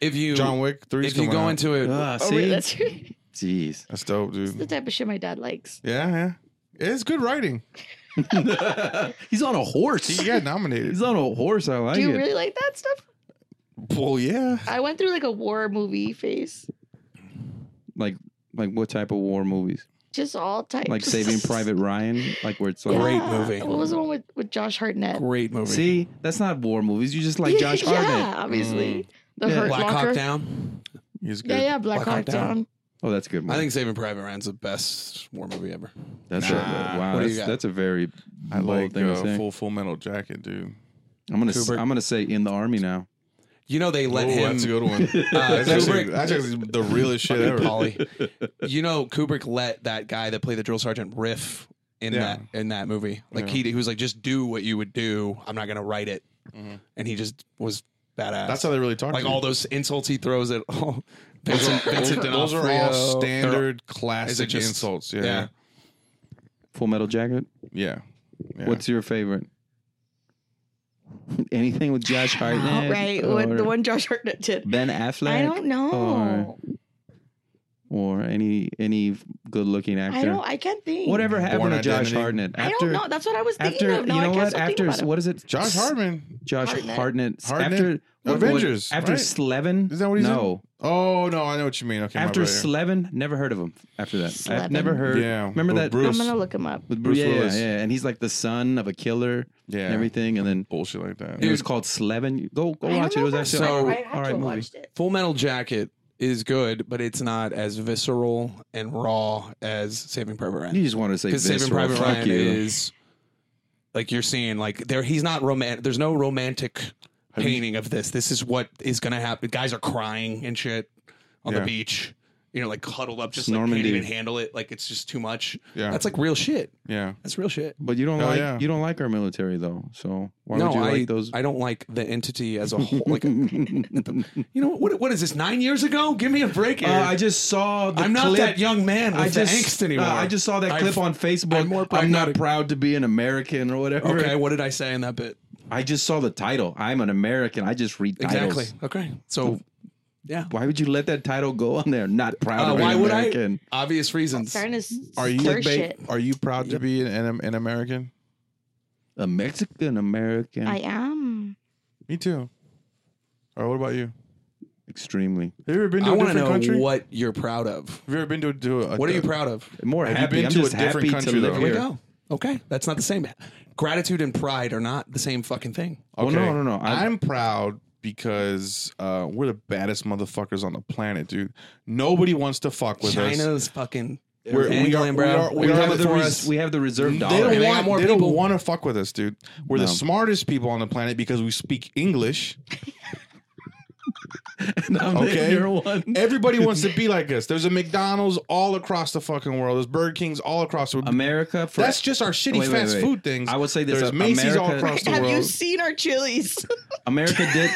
D: If you
B: John Wick three.
D: if you go into it,
A: Ah,
C: Oh,
A: see,
C: really? that's the
A: jeez.
B: that's dope, dude.
C: type of shit my dad likes.
B: Yeah, yeah. It's good writing.
A: He's on a
B: He
A: horse.
B: got nominated.
A: He's on a horse. I like
C: Do you
A: it.
C: really like that stuff?
B: Well, yeah.
C: I went through like a war movie phase.
A: Like, like what type of war movies?
C: Just all types.
A: Like Saving Private Ryan. Like where it's like.
D: Great movie.
C: What was the one with, with Josh Hartnett?
D: great movie.
A: See, that's not war movies. You just like Josh
C: yeah,
A: Hartnett. Mm.
C: obviously. The
A: Yeah.
C: Hurt
D: Black
C: Locker.
D: Hawk Down.
B: He's good.
C: Yeah, yeah, Black, Hawk Down.
A: Oh, that's a good. Movie.
D: I think Saving Private Ryan's the best war movie ever.
A: that's a,
B: Nah.
A: wow.
D: What do you
A: That's,
D: got?
A: that's a very
B: I
A: bold
B: like
A: thing to
B: uh,
A: say.
B: full Full Metal Jacket, dude.
A: I'm gonna. s-
D: Kubrick.
A: I'm gonna say in the army now.
D: You know they let
B: Ooh,
D: him.
B: That's a good one.
D: Uh,
B: that's, actually,
D: Kubrick-
B: that's actually the realest shit
D: Fucking
B: ever.
D: Polly. You know Kubrick let that guy that played the drill sergeant riff in
B: Yeah.
D: that in that movie. Like
B: Yeah.
D: he, he was like, just do what you would do. I'm not gonna write it,
B: Mhm.
D: and he just was badass.
B: That's how they really talk.
D: like
B: to
D: all
B: you.
D: those insults he throws at all.
B: Those
D: Vincent,
B: are-
D: Vincent
B: those are
D: D'Onofrio.
B: all
D: They're-
B: standard classic
D: just-
B: insults.
D: Yeah.
B: Yeah, yeah.
A: Full Metal Jacket.
B: Yeah.
A: What's your favorite? Anything with Josh
C: Oh,
A: Hartnett?
C: right. What, the
A: or
C: one Josh Hartnett did.
A: Ben Affleck.
C: I don't know.
A: Or any any good looking actor.
C: I don't. I can't think.
A: Whatever happened
B: Born
A: to Josh
B: Identity.
A: Hartnett?
C: I don't know. That's what I was thinking
A: After
C: of. No,
A: you
C: I
A: know
C: can't
A: what?
C: stop
A: After
C: thinking about it.
A: what is it?
B: Josh
A: S-
B: Hartman?
A: Josh
C: Hartnett.
A: Hartnett.
B: Hartnett?
A: After what- what-
B: Avengers,
A: After
B: right?
A: Slevin.
B: Is that what he's
A: No.
B: Oh no, I know what you mean. Okay, my
A: After
B: bad.
A: Slevin, never heard of him. After that, I've
C: Slevin.
A: never heard.
B: Yeah.
A: Remember
B: With
A: that
B: Bruce.
C: I'm gonna look him up.
A: with
B: Bruce
A: Bruce yeah,
B: Willis.
A: Yeah, yeah, and he's like the son of a killer.
B: Yeah.
A: and everything, and then
B: bullshit like that.
A: it was called Slevin. Go go
C: I
A: watch it. It
C: don't
A: was
C: know if
A: actually
C: I've-
D: So-
C: I have
A: all
C: to
A: right
C: have
A: movie.
C: watched it.
D: Full Metal Jacket is good, but it's not as visceral and raw as Saving Private Ryan.
A: You just want to say
D: because Saving
A: visceral.
D: Private
A: Fuck
D: Ryan
A: you.
D: is like you're seeing like there he's not romantic. There's no romantic painting of this. This is what is going to happen. Guys are crying and shit on
B: Yeah.
D: the beach. You know, like cuddled up, just
A: It's
D: like
A: Normandy.
D: can't even handle it. Like it's just too much.
B: Yeah.
D: that's like real shit.
B: yeah,
D: That's real shit.
A: But you don't
B: Hell
A: like
B: Oh, yeah.
A: you don't like our military though. So why
D: no,
A: would you
D: I
A: like those?
D: I don't like the entity as a whole. Like, you know what? What is this? Nine years ago? Give me a break here.
A: Uh, I just saw. The
D: I'm not
A: clip.
D: that young man with
A: I just,
D: the angst anymore.
A: uh, I just saw that
D: I've-
A: clip on Facebook.
D: I'm more
A: not
D: pragmatic.
A: proud to be an American or whatever.
D: Okay, what did I say in that bit?
A: I just saw the title. I'm an American. I just read titles.
D: Exactly. Okay. So, yeah.
A: Why would you let that title go on there? Not proud
D: Uh,
A: to be
D: why
A: an
D: would
A: American.
D: I? Obvious reasons.
C: Starting to
B: are you
C: stir
B: like,
C: shit.
B: are you proud to be an, an an American?
A: A Mexican American.
C: I am.
B: Me too. Or what about you?
A: Extremely
B: Have you ever been to
D: I
B: a
D: want to
B: different
D: know
B: country?
D: what you're proud of.
B: Have you ever been to, to a?
D: What are you proud of?
A: more
B: Have you
A: happy.
B: been
A: I'm
B: to a
A: just
B: different
A: happy
B: country,
A: to live
B: though?
D: There we
A: here.
D: go. Okay, that's not the same. Gratitude and pride are not the same fucking thing.
A: Well,
B: Okay.
A: no, no, no. I-
B: I'm proud because uh, we're the baddest motherfuckers on the planet, dude. Nobody wants to fuck with us.
D: China's fucking.
B: We're- we
D: angling,
B: are-
D: bro.
B: we are- we
D: They're
B: are
D: coming
B: the
D: for
B: res-
D: us.
A: We have the reserve dollar.
B: They
D: They
B: don't,
D: got
B: want,
D: more
B: they don't
D: people.
B: want to fuck with us, dude. We're the
A: No.
B: smartest people on the planet because we speak English. Okay.
A: You're one.
B: Everybody wants to be like us. There's a McDonald's all across the fucking world. There's Burger King's all across the world.
A: America. For,
B: That's just our shitty
A: Wait, wait,
B: fast
A: wait.
B: food things.
A: I would say this,
B: There's
A: uh,
B: Macy's all
A: America-
B: across the
C: Have you
B: world.
C: seen our chilies?
A: America did.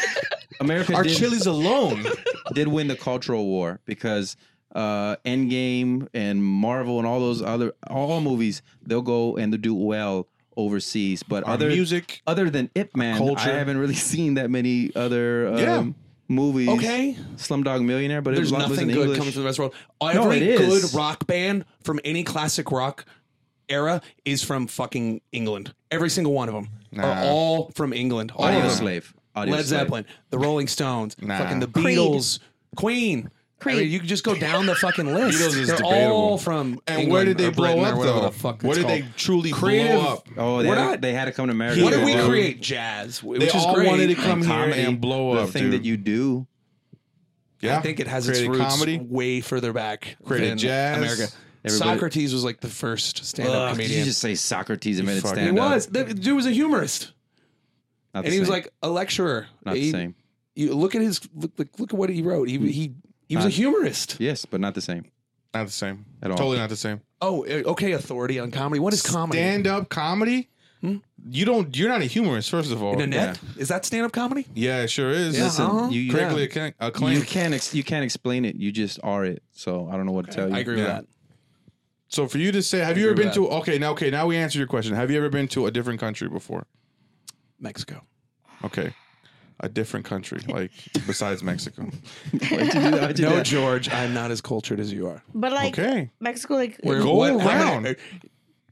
A: America
B: Our
A: did,
B: chilies alone.
A: did win the cultural war because uh, Endgame and Marvel and all those other all movies they'll go and they'll do well overseas. But
B: our
A: other
B: music.
A: other than Ip Man,
B: culture.
A: I haven't really seen that many other um,
B: Yeah.
A: movies.
D: Okay.
A: Slumdog Millionaire, but
D: There's
A: it was, a lot of it was
D: nothing
A: in
D: good
A: English.
D: coming from the rest of the world.
A: No,
D: Every
A: it is.
D: good rock band from any classic rock era is from fucking England. Every single one of them
B: Nah.
D: are all from England. All
A: Audio
D: of them.
A: Slave, Audio Slave.
D: Led Zeppelin, the Rolling Stones,
B: Nah.
D: fucking the
C: Creed.
D: Beatles, Queen. Creed. I mean, you could just go down the fucking list.
B: Beatles is
D: They're
B: debatable.
D: all from
B: And
D: England
B: where did they
D: or Britain
B: blow
D: or
B: up,
D: whatever
B: though?
D: The fuck
B: Where
D: it's
B: did they
D: called.
B: truly blow
D: Creative-
B: up?
A: Oh, they
D: We're
A: had,
D: not-
A: they had to come to America.
D: What did we
A: dude.
D: create? Jazz, which
B: They
D: is
B: all
D: great.
B: wanted to come here
A: Comedy,
B: and blow
A: the
B: up.
A: thing
B: dude.
A: that you do.
B: yeah.
D: I think it has
B: Created
D: its roots
B: comedy.
D: way further back
B: Created
D: than
B: jazz.
D: America.
A: Everybody-
D: Socrates was like the first stand-up
A: Ugh, did
D: comedian.
A: you just say Socrates and made it
B: fucking-
A: stand
D: He
A: up?
D: was. The dude was a humorist.
A: Not the
D: and he was
A: same.
D: like a lecturer.
A: not
D: He-
A: the same.
D: You look at his look, look, look at what he wrote. He he he was a
A: Not-
D: humorist.
A: Yes, but not the same
B: Not the same.
A: at all.
B: Totally not the same.
D: Oh, eh, okay. Authority on comedy. What is comedy?
B: Stand up comedy?
D: Hmm?
B: You don't. You're not a humorist, first of all.
D: in a net? Is that stand up comedy?
B: Yeah, it sure is.
D: Yeah,
A: Listen,
D: uh-huh.
A: you, you,
B: Critically acclaim- acclaimed.
A: you can't ex- you can't explain it. You just are it. So I don't know what to tell you.
D: I agree
B: Yeah.
D: with
B: So for you to say, have you ever
D: agree
B: been
D: with
B: to? Okay, now okay, now we answered your question. Have you ever been to a different country before?
D: that. Mexico.
B: Okay, a different country, like besides Mexico.
A: Why'd you do that? Why'd you do
D: No,
A: that?
D: George, I'm not as cultured as you are.
C: But like
B: Okay,
C: Mexico, like
D: Where-
B: Go
D: what- how
B: around.
D: many-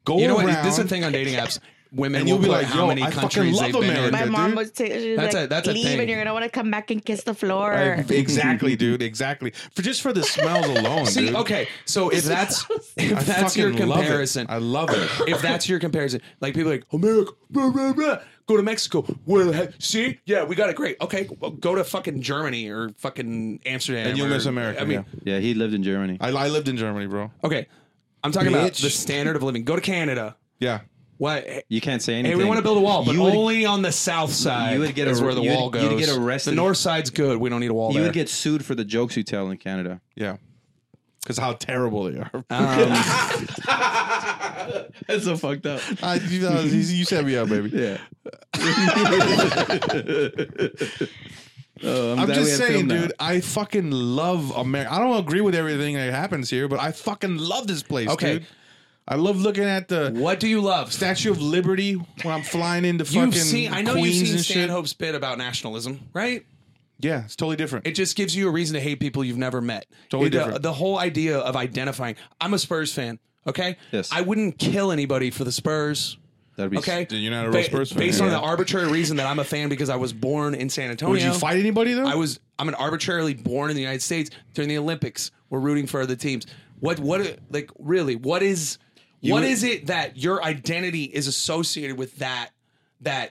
B: go
D: you know
B: around.
D: what? This is the thing on dating apps. Women
B: And you'll
D: will
B: be
D: put
B: like,
D: how
B: "Yo,
D: many
B: I fucking
D: countries
B: love
D: they've been
B: America."
D: in.
C: my
B: dude.
C: mom would say, she'd be
D: That's
C: like,
D: a- that's a
C: leave
D: thing.
C: and you're gonna want to come back and kiss the floor.
B: Right, exactly, dude. Exactly. For just for the smells alone.
D: See,
B: dude.
D: okay, so if that's if
B: I
D: that's your
B: fucking love it.
D: comparison,
B: I love it.
D: if that's your comparison, like people are like America, blah, blah, blah. go to Mexico. Where the heck? See, yeah, we got it great. Okay, well, go to fucking Germany or fucking Amsterdam,
B: And you'll
D: or-
B: miss America.
D: I mean,
B: yeah.
A: Yeah, he lived in Germany.
B: I, I lived in Germany, bro.
D: okay, I'm talking about
B: Bitch.
D: the standard of living. Go to Canada.
B: Yeah.
D: What?
A: You can't say anything.
D: Hey, we want to build a wall, but
A: you would,
D: only on the south side.
A: you would get
D: is
A: a-
D: where the
A: you would-
D: wall goes.
A: you'd get arrested.
D: The north side's good. We don't need a wall
A: You
D: there.
A: would get sued for the jokes you tell in Canada.
B: Yeah. Because how terrible they are.
A: That's so fucked up.
B: I, you, know, you- you set me up, baby.
A: Yeah. oh, I'm,
B: I'm
A: glad we
B: just
A: have film
B: saying,
A: now.
B: dude. I fucking love America. I don't agree with everything that happens here, but I fucking love this place,
D: Okay.
B: dude. I love looking at the
D: what do you love?
B: Statue of Liberty when I'm flying into fucking
D: You've seen. I know
B: Queens
D: you've seen
B: and shit.
D: Stanhope's bit about nationalism, right?
B: Yeah, it's totally different.
D: It just gives you a reason to hate people you've never met.
B: Totally
D: the,
B: different.
D: the whole idea of identifying. I'm a Spurs fan. Okay.
A: Yes.
D: I wouldn't kill anybody for the Spurs.
A: That'd be
D: Okay.
B: Dude, you're not a real Spurs fan.
D: Based on
B: Yeah.
D: the arbitrary reason that I'm a fan because I was born in San Antonio.
B: Would you fight anybody though?
D: I was. I'm an arbitrarily born in the United States during the Olympics. We're rooting for other teams. What? What? Like really? What is? What
B: would-
D: is it that your identity is associated with that? That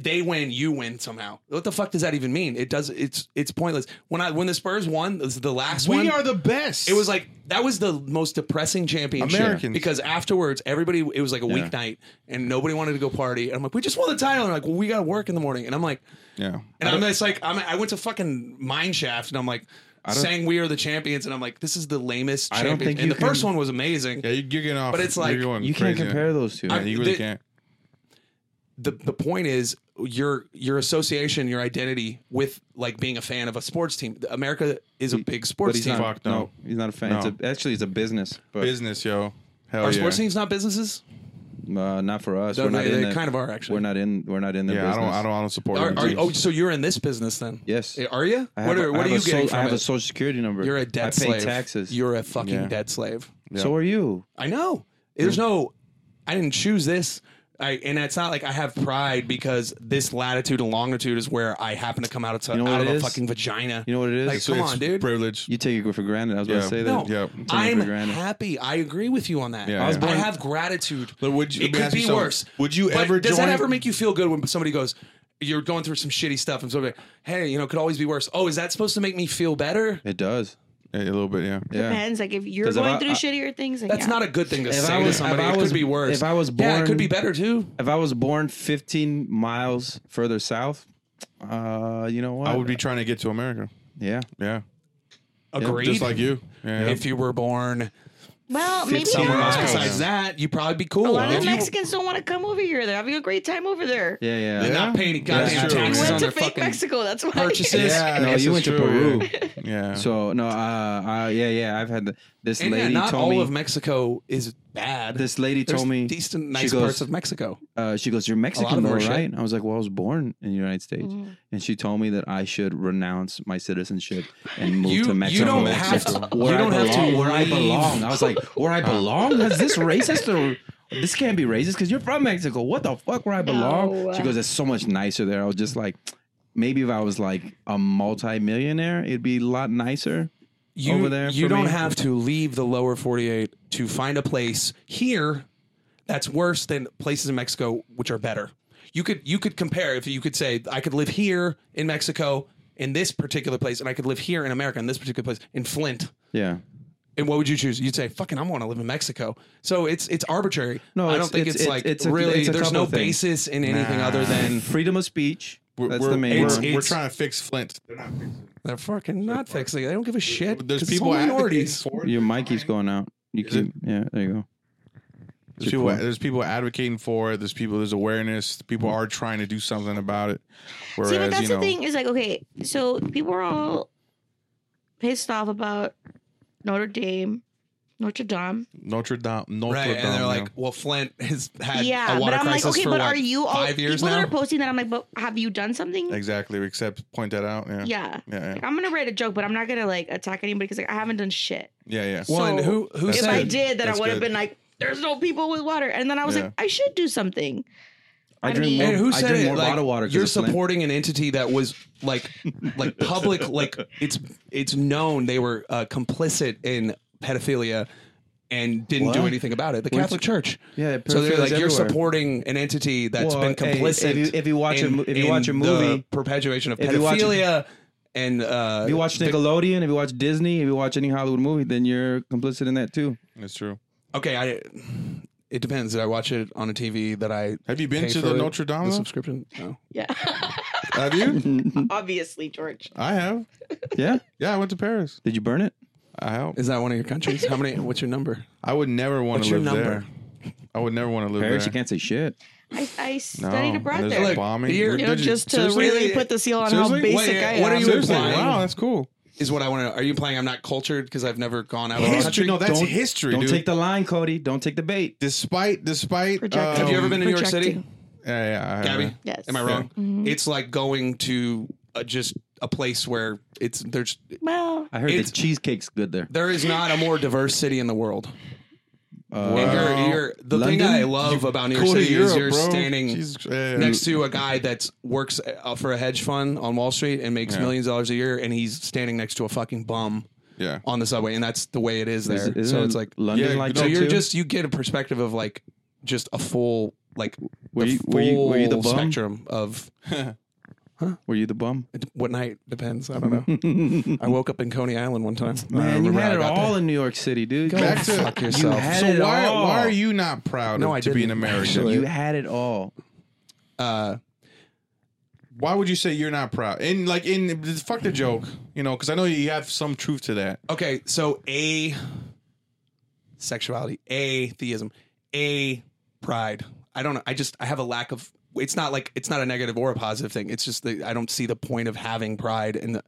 D: they win, you win somehow. What the fuck does that even mean? It does. It's it's pointless. When I when the Spurs won, this is the last one.
B: we are the best.
D: It was like that was the most depressing championship
B: Americans.
D: because afterwards everybody it was like a weeknight and nobody wanted to go party. And I'm like, we just won the title. And they're like, well, we got to work in the morning. And I'm like,
B: yeah.
D: and I'm just like, I'm, I went to fucking Mine Shaft, and I'm like, saying we are the champions, and I'm like, this is the lamest
A: don't
D: champion.
A: think
D: And
A: you
D: the first
A: can-
D: one was amazing.
B: Yeah, you- you're getting off.
D: But it's like,
B: you're going
A: You can't
B: crazy.
A: compare those two.
B: Yeah, you really
D: the-
B: can't.
D: The the point is your your association, your identity with like being a fan of a sports team. America is a big
A: but
D: sports
A: he's
D: team.
A: not.
B: Fuck, no.
A: he's not a fan.
B: No.
A: It's a, actually, it's a business, but
B: Business, yo. Hell
D: Are
B: yeah.
D: sports teams not businesses?
A: uh, not for us.
D: No,
A: Oh, we're not
D: they-
A: in
D: they
A: that-
D: kind of are, actually.
A: We're not in. We're not in the
B: Yeah,
A: business.
B: I don't. I don't. I don't support.
D: Are,
B: them.
D: are, oh, so you're in this business then?
A: Yes.
D: Are you?
A: I
D: What
A: have a-
D: are,
A: I
D: what
A: have
D: are
A: a
D: you
A: so-
D: getting from
A: I have a
D: it?
A: social security number.
D: You're a debt
A: I pay
D: slave.
A: taxes.
D: You're a fucking
B: Yeah.
D: debt slave.
A: so are you.
D: I know. There's no. I didn't choose this. I and it's not like I have pride because this latitude and longitude is where I happen to come out of
A: know what
D: out of
A: it
D: a
A: is?
D: fucking vagina.
A: You know what it is?
D: Like,
A: It's-
D: come
B: It's
D: on, dude.
B: Privilege.
A: You take it for granted. I was about
B: Yeah.
A: to say
D: no,
A: that.
B: Yeah.
A: Take it for
D: I'm
A: granted.
D: happy. I agree with you on that.
B: Yeah. I
D: I,
B: was born-
D: have gratitude.
B: But would you- let
D: it
B: me ask
D: could
B: you
D: be
B: something.
D: worse.
B: Would you
D: But
B: ever
D: Does
B: join-
D: that ever make you feel good when somebody goes, "You're going through some shitty stuff," and somebody, "Hey, you know, it could always be worse." Oh, is that supposed to make me feel better?
A: It does.
B: Yeah, a little bit. Yeah.
A: Yeah.
C: Depends. Like if you're
A: 'Cause if
C: going
A: I-
C: through
A: I-
C: shittier things, then yeah.
D: That's not a good thing to
A: If
D: say
A: I
D: to
A: was-
D: somebody.
A: if I
D: it
A: was-
D: could be worse.
A: if I was
D: yeah, it could
A: born-
D: be better too.
A: If I was born 15 miles further south, uh, you know what?
B: I would be trying to get to America.
A: Yeah.
B: Yeah.
D: Agreed.
B: Just like you. Yeah.
D: if you were born
C: Well, maybe
D: somewhere else
C: not.
D: besides that, you'd probably be cool.
C: A lot of
D: If
C: the
D: you-
C: Mexicans don't want to come over here. They're having a great time over there.
A: Yeah, yeah.
D: They're not paying any goddamn
B: That's true.
C: We
D: taxes
B: Yeah.
D: on
C: went
D: their
C: to fake
D: fucking
C: Mexico. That's why.
D: purchases.
A: No,
B: this
A: you
B: is
A: went to
B: true,
A: Peru.
B: Yeah. yeah.
A: So no, uh, uh, yeah, yeah. I've had the, this
D: And yeah,
A: lady
D: not
A: told
D: all
A: me.
D: of Mexico is bad.
A: this lady
D: There's
A: told me
D: decent,
A: she
D: nice
A: goes-
D: parts of Mexico.
A: uh, she goes, "You're
D: lot
A: Mexican,
D: of
A: though,
D: them are
A: right?"
D: shit.
A: And I was like, "Well, I was born in the United States," and she told me that I should renounce my citizenship and move
D: You-
A: to
D: you
A: Mexico.
D: don't have to-
A: Where
D: you don't
A: I
D: have to
A: belong, where I
D: leave.
A: belong. I was like, "Where I belong? Is this racist or?" This can't be racist because you're from Mexico. What the fuck, where I belong?
C: No.
A: She goes, "It's so much nicer there." I was just like, maybe if I was like a multi-millionaire, it'd be a lot nicer.
D: You,
A: Over there
D: you
A: for
D: don't
A: me.
D: have to leave the lower 48 to find a place here that's worse than places in Mexico which are better. You could you could compare if you could say I could live here in Mexico in this particular place and I could live here in America in this particular place in Flint
A: Yeah,
D: And what would you choose? You'd say, "Fucking, I want to live in Mexico." So it's it's arbitrary.
A: No,
D: I
A: it's-
D: don't think
A: it's-
D: it's,
A: it's-
D: like
A: it's a-
D: really.
A: it's a
D: there's
A: couple
D: no
A: of things.
D: basis in anything
B: Nah.
D: other than
A: Freedom of speech.
B: We're,
A: that's
B: we're,
A: the main.
B: we're,
A: one.
D: It's-
B: we're trying to fix Flint. They're not fixing it.
D: they're fucking not fixing. it. They don't give a shit.
B: There's
D: 'cause it's
B: people
D: all
B: advocating
D: minorities.
B: for it.
A: Your mic keeps going out. You
B: Is it?
A: keep. Yeah, there you go.
B: There's people, there's people advocating for it. There's people. There's awareness. People are trying to do something about it. Whereas,
C: See, but that's
B: you know,
C: the thing is like, okay, so people are all pissed off about Notre Dame, Notre Dame.
B: Notre Dame, Notre
D: Right,
B: Dame.
D: and they're
B: yeah.
D: like, "Well, Flint has had
C: yeah,
D: a
C: but
D: water
C: I'm like,
D: crisis
C: okay,
D: for
C: but
D: what,
C: are you all
D: five years
C: people
D: now?"
C: that are posting that? I'm like, but have you done something?
B: exactly. Except point that out. Yeah.
C: yeah.
B: Yeah.
C: Like,
B: Yeah.
C: I'm gonna write a joke, but I'm not gonna like attack anybody because like I haven't done shit.
B: Yeah. yeah.
C: Well,
D: One
C: So,
D: who who
B: That's
C: if
D: said
C: I
B: good.
C: did, then
B: That's
C: I would have
B: good.
C: been like, "There's no people with water," and then I was
B: Yeah.
C: like, "I should do something."
A: I
C: I
A: drink
C: mean-
A: more.
D: And who
A: I
D: said
A: drink
D: it?
A: more
D: like,
A: bottled water. 'cause
D: You're
A: of Flint.
D: supporting an entity that was like, like public, like it's it's known they were uh, complicit in pedophilia and didn't do
A: What?
D: anything about it. The
A: Which-
D: Catholic Church.
A: Yeah,
D: So they're
A: pedophilia's
D: like you're
A: everywhere.
D: supporting an entity that's
A: Well,
D: been
A: hey,
D: complicit.
A: if you- if you watch a
D: in-
A: mo- if you
D: in
A: watch a
D: the
A: movie-
D: perpetuation of
A: if you watch a-
D: pedophilia and uh,
A: If you watch
D: the-
A: Nickelodeon, if you watch Disney, if you watch any Hollywood movie, then you're complicit in that too.
B: That's true.
D: okay, I. It depends. Did I watch it on a TV that I
B: Have you been
D: pay
B: to
D: for
B: the
D: it?
B: Notre Dame?
D: The
B: though?
D: subscription? No.
C: Yeah,
B: Have you?
C: obviously, George.
B: I have.
A: Yeah.
B: Yeah, I went to Paris.
A: Did you burn it?
B: I have.
D: Is that one of your countries? How many? What's your number?
B: I would never want
D: What's
B: to
D: your
B: live there.
D: number?
B: I would never want to live
A: Paris, you
B: there.
A: can't say shit.
C: I, I
B: No,
C: studied abroad
B: and
C: there.
B: there's a
D: Look,
B: bombing.
D: here-
B: Where
C: you know,
B: did
C: just to
D: seriously?
C: really put the seal on how
B: Seriously?
C: basic
D: Wait,
C: I am.
D: what are you
B: Seriously,
D: implying?
B: wow, that's cool.
D: is what I want to. Are you playing? I'm not cultured because I've never gone out of the
B: History-
D: country.
B: no, that's
A: Don't-
B: history,
A: Don't
B: dude.
A: take the line, Cody. Don't take the bait.
B: despite, despite. um,
C: Projecting.
D: Have you ever been to New York City,
C: Projecting.
B: Yeah, yeah. I have.
D: Gabby?
C: Yes.
D: Am I wrong?
C: Mhm.
A: Mm-hmm.
D: It's like going to uh just a place where it's there's
C: Well,
A: I heard the
D: It's-
A: cheesecake's good there.
D: there is not a more diverse city in the world.
A: Uh,
D: And
B: Wow.
D: you're, you're the
A: London?
D: thing I love about New York
B: Go to
D: City is
B: Europe,
D: you're
B: bro.
D: standing
B: Jesus, yeah, yeah.
D: next to a guy that works uh, for a hedge fund on Wall Street and makes
B: Yeah.
D: millions of dollars a year, and he's standing next to a fucking bum
B: Yeah.
D: on the subway, and that's the way it
A: is-
D: is there.
A: isn't
D: so
A: it
D: it's like
A: London
B: Yeah,
A: like
B: no,
D: So
A: that
D: you're
A: too?
D: just you get a perspective of like just a full like
A: Were
D: the
A: you- were you- were you the
D: full
A: bum?
D: spectrum of
A: Were you the bum?
D: what night depends. I don't know.
A: Man,
D: I woke up in Coney Island one time. I
A: you
D: remember
A: had it
D: how I got
A: all
D: there.
A: in New York City, dude.
D: Go
B: Back to-
D: fuck
B: You
D: yourself.
A: had
B: So
A: it
B: why
A: all.
B: why are you not proud
D: No,
B: of,
D: I
B: to be an
D: didn't,
B: American?
D: actually.
A: You had it all.
D: uh,
B: Why would you say you're not proud? And like in fuck the joke, you know, because I know you have some truth to that.
D: okay, so a sexuality, a theism, a pride. I don't know. I just I have a lack of. It's not like it's not a negative or a positive thing. It's just that I don't see the point of having pride. And the,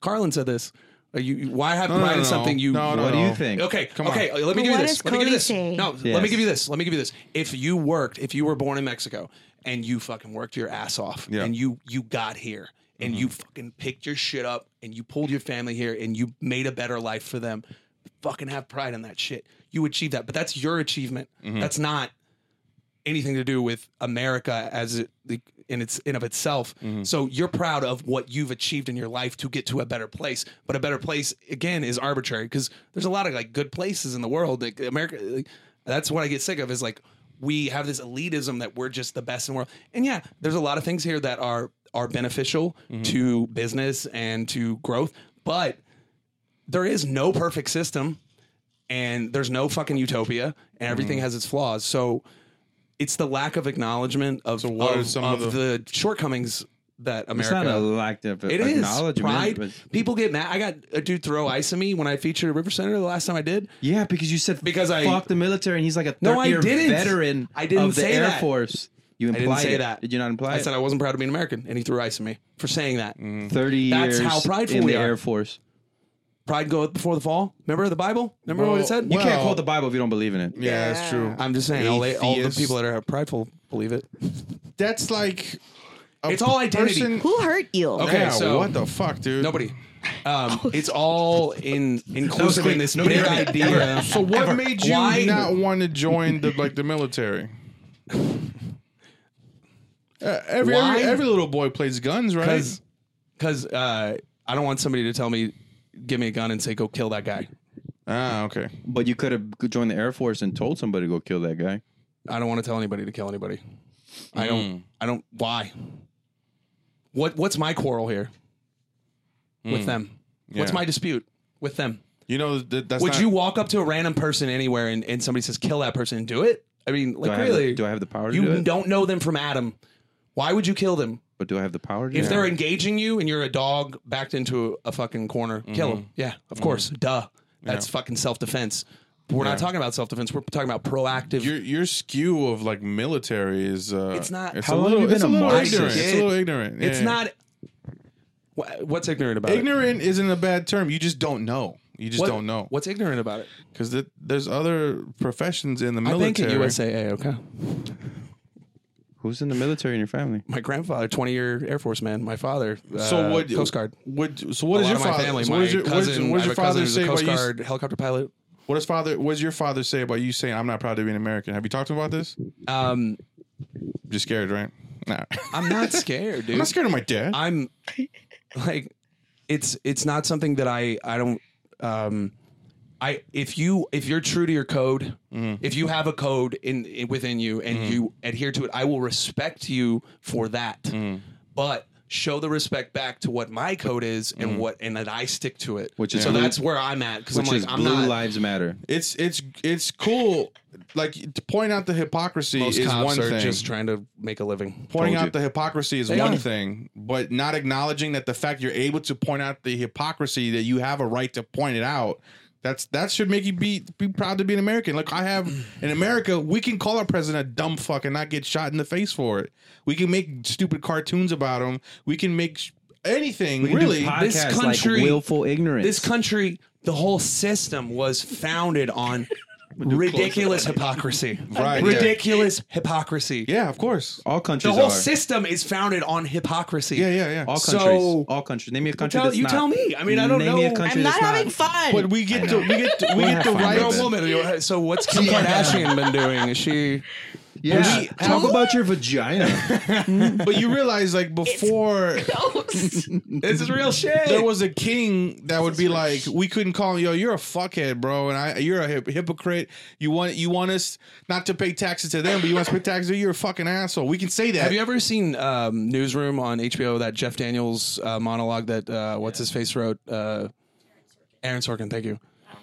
D: Carlin said this. Are you why have
B: No, no,
D: pride
B: no,
D: in something
B: no.
D: you
B: No, no,
A: What do you
B: no.
A: think?
D: Okay,
B: Come
D: okay. uh,
B: on.
D: Let me
C: But
D: give you
C: what
D: this.
C: does
D: Let me give you
C: Cody
D: this.
C: say?
D: No,
A: Yes.
D: let me give you this. Let me give you this. If you worked, if you were born in Mexico and you fucking worked your ass off,
B: Yeah. Mm-hmm.
D: and you you got here and you fucking picked your shit up and you pulled your family here and you made a better life for them, fucking have pride in that shit. You achieved that, but that's your achievement.
B: Mm-hmm.
D: That's not anything to do with America as it the- in its in of itself. So you're proud of what you've achieved in your life to get to a better place, but a better place again is arbitrary because there's a lot of like good places in the world. Like America, like, that's what I get sick of is like we have this elitism that we're just the best in the world. And yeah, there's a lot of things here that are are beneficial to business and to growth, but there is no perfect system and there's no fucking utopia
A: Mm-hmm.
D: and everything has its flaws. So it's the lack of acknowledgement of,
B: what are
D: of,
B: some
D: of
B: of
D: the, shortcomings that
A: It's not a
D: America.
A: lack of
D: It is
A: acknowledgement.
D: pride.
A: but-
D: People get mad. I got a dude throw ice at me when I featured at River Center the last time I did.
A: Yeah, because you said
D: Because I-
A: fuck the military, and he's like a
D: No, I
A: third-year
D: didn't.
A: veteran.
D: I didn't
A: of the
D: say
A: Air
D: that.
A: Force. You
D: didn't
A: implied
D: say
A: it.
D: that.
A: Did you not imply
D: I
A: it? Mm-hmm.
D: said I wasn't proud of being American, and he threw ice at me for saying that.
A: Thirty years
D: That's how prideful
A: in
D: we
A: the
D: are.
A: Air Force.
D: Pride goeth before the fall. Remember the Bible? Remember what
B: Well,
D: it said?
A: You
B: Well-
A: can't quote the Bible if you don't believe in it.
B: Yeah, that's true.
D: I'm just saying, all, they, all the
B: Atheist.
D: people that are prideful believe it.
B: That's like a
D: It's all identity.
B: person-
C: who hurt you?
D: Okay,
B: Yeah,
D: so
B: what the fuck, dude?
D: Nobody. Um, it's all in inclusive in this
A: Nobody
D: big
A: heard me.
D: idea.
B: So what made you
D: Why-
B: not want to join the like the military? Uh, every,
D: Why?
B: every every little boy plays guns, right?
D: Because because uh, I don't want somebody to tell me, give me a gun and say go kill that guy.
B: Ah, okay.
A: But you could have joined the Air Force and told somebody to go kill that guy.
D: I don't want to tell anybody to kill anybody. I
A: Hmm.
D: don't. I don't. Why? What What's my quarrel here with them? What's
A: Hmm.
B: Yeah.
D: my dispute with them?
B: You know that, that's
D: Would
B: not-
D: you walk up to a random person anywhere and, and somebody says, kill that person and do it? I mean,
A: Do
D: like,
A: I have the-
D: really?
A: do I have the power to
D: You
A: do it?
D: not know them from Adam. Why would you kill them?
A: But do I have the power to?
D: If
A: do
D: they're
A: it?
D: engaging you and you're a dog backed into a fucking corner, kill
B: Mm-hmm.
D: them. Yeah, of course. Duh. That's fucking self defense. We're not talking about self defense. We're talking about proactive.
B: your your skew of like military is uh,
D: It's not-
B: It's
A: How
B: a
A: long
B: little.
A: have you
B: it's a
A: been a
B: little
A: Marxist?
B: ignorant. It's a little ignorant.
D: it's
B: Yeah.
D: not. Wha- What's ignorant about it?
B: ignorant. Isn't a bad term. You just don't know. You just
D: What-
B: don't know
D: What's ignorant about it?
B: because there's other professions in the
D: I think at
B: military.
D: USAA, okay.
A: Who's in the military in your family?
D: My grandfather, 20 year Air Force man, my father,
B: So
D: uh,
B: what?
D: Coast Guard.
B: What? So what
D: a
B: does
D: lot
B: your
D: of my
B: father?
D: family,
B: so
D: my
B: what does your, what does-
D: cousin,
B: what does
D: I have
B: your
D: a cousin
B: father
D: who's
B: say
D: a
B: about
D: Coast
B: you?
D: Guard helicopter pilot.
B: What does father? What does your father say about you saying I'm not proud to be an American? Have you talked to him about this?
D: Um,
B: Just scared, right? Nah.
D: I'm not scared, dude.
B: I'm not scared of my dad.
D: I'm like it's it's not something that I I don't um I if you if you're true to your code,
A: Mm-hmm.
D: if you have a code in, in- within you and you adhere to it, I will respect you for that.
A: Mm-hmm.
D: But show the respect back to what my code is and what and that I stick to it.
A: Mm-hmm. Which is
D: so
A: blue-
D: that's where I'm at because I'm
A: Which
D: like
A: is
D: I'm
A: Blue
D: not
A: Lives Matter.
B: it's it's it's cool. Like to point out the hypocrisy
D: most
B: is
D: cops
B: one
D: are
B: thing.
D: just trying to make a living.
B: pointing
A: Told
B: out
A: you.
B: the hypocrisy is
D: They
B: one
D: are.
B: thing, but not acknowledging that the fact you're able to point out the hypocrisy that you have a right to point it out. That's that should make you be be proud to be an American. Like I have in America, we can call our president a dumb fuck and not get shot in the face for it. We can make stupid cartoons about him. We can make sh- anything
A: We can do
B: really.
D: this
A: podcasts
D: country-
A: like willful ignorance.
D: This country, the whole system was founded on ridiculous hypocrisy.
B: Right, yeah.
D: Ridiculous hypocrisy.
B: yeah, of course.
A: all
D: The
A: countries
D: whole
A: are.
D: system is founded on hypocrisy.
B: Yeah, yeah, yeah.
A: all
D: So-
A: countries. all countries. Name me a country
D: tell-
A: that's
D: you
A: not-
D: tell me. I mean, I don't
A: name
D: know.
A: Me a
D: I'm
A: country
C: I'm not
A: that's
C: having fun.
B: but we get to we get to, we
A: We'll
B: get
A: have
B: the
A: fun
B: right
A: with
D: You're a
A: it.
D: woman. You're- So what's Kim Kardashian been doing? Is she?
A: Yeah.
B: We-
A: Talk about your vagina.
B: But you realize like before
C: Gross.
D: This is real shit.
B: there was a king that would be like, we couldn't call him, yo, you're a fuckhead, bro, and I, you're a hip- hypocrite. You want you want us not to pay taxes to them, but you want us to pay taxes. to you. You're a fucking asshole. We can say that.
D: Have you ever seen um, Newsroom on HBO? That Jeff Daniels uh, monologue that uh, what's his face wrote? Uh, Aaron Sorkin. Thank you.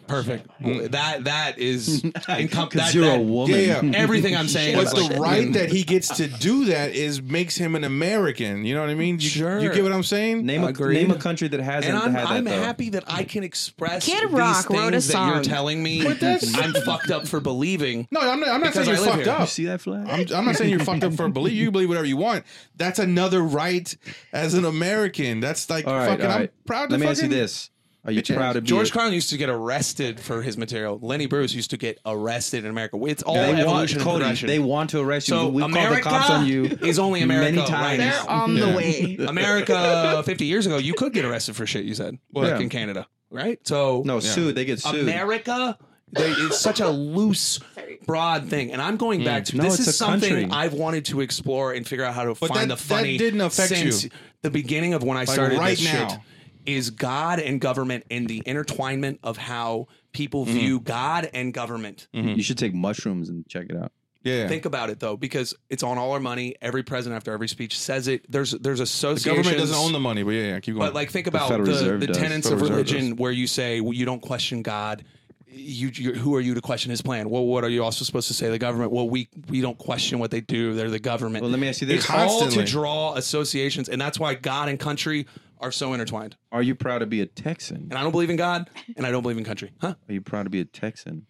D: Perfect.
B: Mm.
D: That that is encompassed.
A: Because you're a woman.
B: Yeah, yeah.
D: Everything I'm saying.
B: but
D: is
B: the
D: like-
B: right that he gets to do that is makes him an American. You know what I mean? You,
D: Sure.
B: You get what I'm saying?
A: Name a,
D: Agreed.
A: name a country that hasn't
D: and I'm,
A: had that
D: I'm
A: though.
D: happy that I can express
C: Kid
D: these
C: Rock
D: things
C: wrote a
D: that
C: song.
D: you're telling me
B: that's-
D: I'm fucked up for believing.
B: no, I'm not. I'm not saying
D: Because
B: you're
D: I live
B: fucked
D: here.
A: You
B: up.
A: see that flag?
B: I'm, I'm not saying you're fucked up for believe. You can believe whatever you want. That's another right as an American. That's like
A: all right,
B: fucking.
A: all right.
B: I'm proud. To
A: Let me
B: fucking,
A: ask you this: Are you
B: bitch ass.
A: proud of
D: George
A: being-
D: Carlin used to get arrested for his material. Lenny Bruce used to get arrested in America. It's all
A: They want
D: evolution and
A: Cody.
D: progression.
A: They want to arrest you.
D: So
A: We've called the
D: America
A: cops on you.
D: is only America
A: many
D: right
A: times.
D: now.
C: They're on the way.
D: America 50 years ago, you could get arrested for shit you said, like
A: Yeah.
D: in Canada, right? So
A: No, sued. They get sued.
D: America. They, it's such a loose, broad thing, and I'm going back to
A: No,
D: this
A: it's
D: is
A: a
D: something
A: country.
D: I've wanted to explore and figure out how to find
B: that-
D: the funny.
B: that didn't affect you.
D: since the beginning of when I started
B: right
D: this shit.
B: now.
D: Is God and government and the intertwinement of how people
B: Mm-hmm.
D: view God and government?
A: Hmm. You should take mushrooms and check it out.
B: Yeah.
D: Think about it though, because it's on all our money. Every president after every speech says it. There's there's
B: The
D: associations.
B: government doesn't own the money, but yeah, yeah, keep going.
D: But like, think about the,
A: Federal
D: the,
A: Reserve does.
D: tenets
B: Federal
D: of
B: Reserve
D: religion, where you say well, you don't question God. You, you, who are you to question His plan? Well, what are you also supposed to say? The government. Well, we we don't question what they do. They're the government.
A: Well, let me ask you this.
D: It's all
B: Constantly.
D: to draw associations, and that's why God and country are so intertwined.
A: Are you proud to be a Texan?
D: And I don't believe in God, and I don't believe in country. Huh?
A: Are you proud to be a Texan?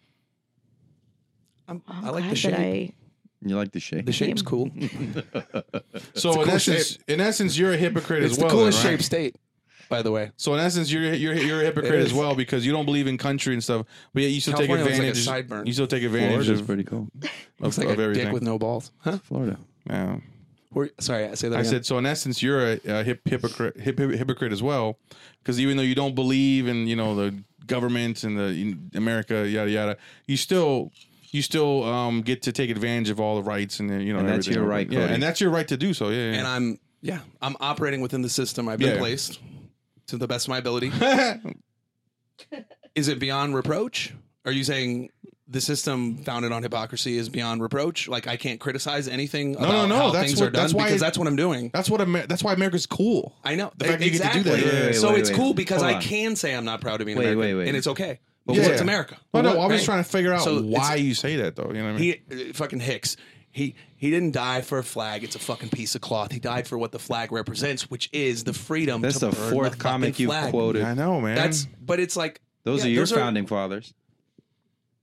D: I'm,
C: I'm
D: I like the
C: glad
D: shape.
C: that I-
A: You like the shape?
D: The shape's cool. It's
B: so in essence, in essence, you're a hypocrite as
D: the
B: well. then,
D: coolest
B: right?
D: shape state, by the way.
B: So in essence, you're you're you're a hypocrite
D: It
B: as
D: is.
B: well because you don't believe in country and stuff, but yet you still
D: California
B: take
D: looks like a
B: advantage.
D: sideburn.
B: You still take advantage
A: Florida's
B: of,
A: pretty cool.
B: of,
D: It's like
B: of
D: a
B: everything.
D: dick with no balls. Huh?
A: Florida.
B: yeah.
D: Were- sorry, I say that.
B: I
D: again.
B: said, so in essence, you're a, a hip, hypocrite, hip, hip- hypocrite as well, because even though you don't believe in you know the government and the in America yada yada, you still you still um, get to take advantage of all the rights and you know
A: And that's
B: everything.
A: your right,
B: yeah,
A: Cody.
B: and that's your right to do so. Yeah, yeah.
D: and I'm yeah, I'm operating within the system I've been
B: Yeah.
D: placed to the best of my ability. Is it beyond reproach? Are you saying the system founded on hypocrisy is beyond reproach. Like I can't criticize anything
B: no,
D: about
B: no,
D: how
B: that's
D: things
B: what-
D: are done
B: that's why
D: because
B: it-
D: that's what I'm doing.
B: That's what Amer- that's why America's cool.
D: I know
B: The fact that you get to do
D: exactly.
B: that.
A: Wait, wait,
D: so
A: wait,
D: it's
A: wait.
D: cool because
A: Hold
D: I
A: on.
D: can say I'm not proud of being
A: Wait,
D: American,
A: wait, wait.
D: and it's okay.
A: But
D: Because
B: what-
D: it's America.
B: But no, I was
D: Right?
B: trying to figure out
D: So it's-
B: why you say that though. You know what I mean?
D: He uh, fucking Hicks. He he didn't die for a flag. It's a fucking piece of cloth. He died for what the flag represents, which is the freedom.
A: That's
D: to
A: the
D: burn
A: fourth
D: fucking
A: comic you've
D: flag.
A: quoted.
B: I know, man.
D: That's but it's like
A: Those
D: yeah,
A: are your
D: those
A: founding fathers.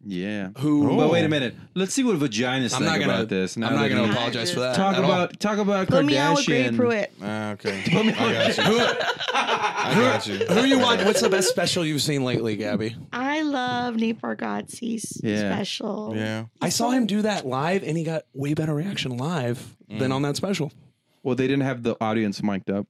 A: Yeah.
D: Who-
A: But wait a minute. Let's see what vaginas
D: I'm
A: think
D: not gonna.
A: about this.
D: I'm
A: now
D: not
A: that
D: gonna
A: you-
D: apologize for that.
A: talk
D: at all.
A: about talk about
C: Put me out with Gray
A: Kardashian.
C: Pruitt.
B: Ah, okay. I got you. I got you.
D: who you watch. What's the best special you've seen lately, Gabby?
C: I love Nate Bargatze's
A: Yeah.
C: special.
B: Yeah.
D: I saw him do that live, and he got way better reaction live
A: Mm.
D: than on that special.
A: Well, they didn't have the audience mic'd up.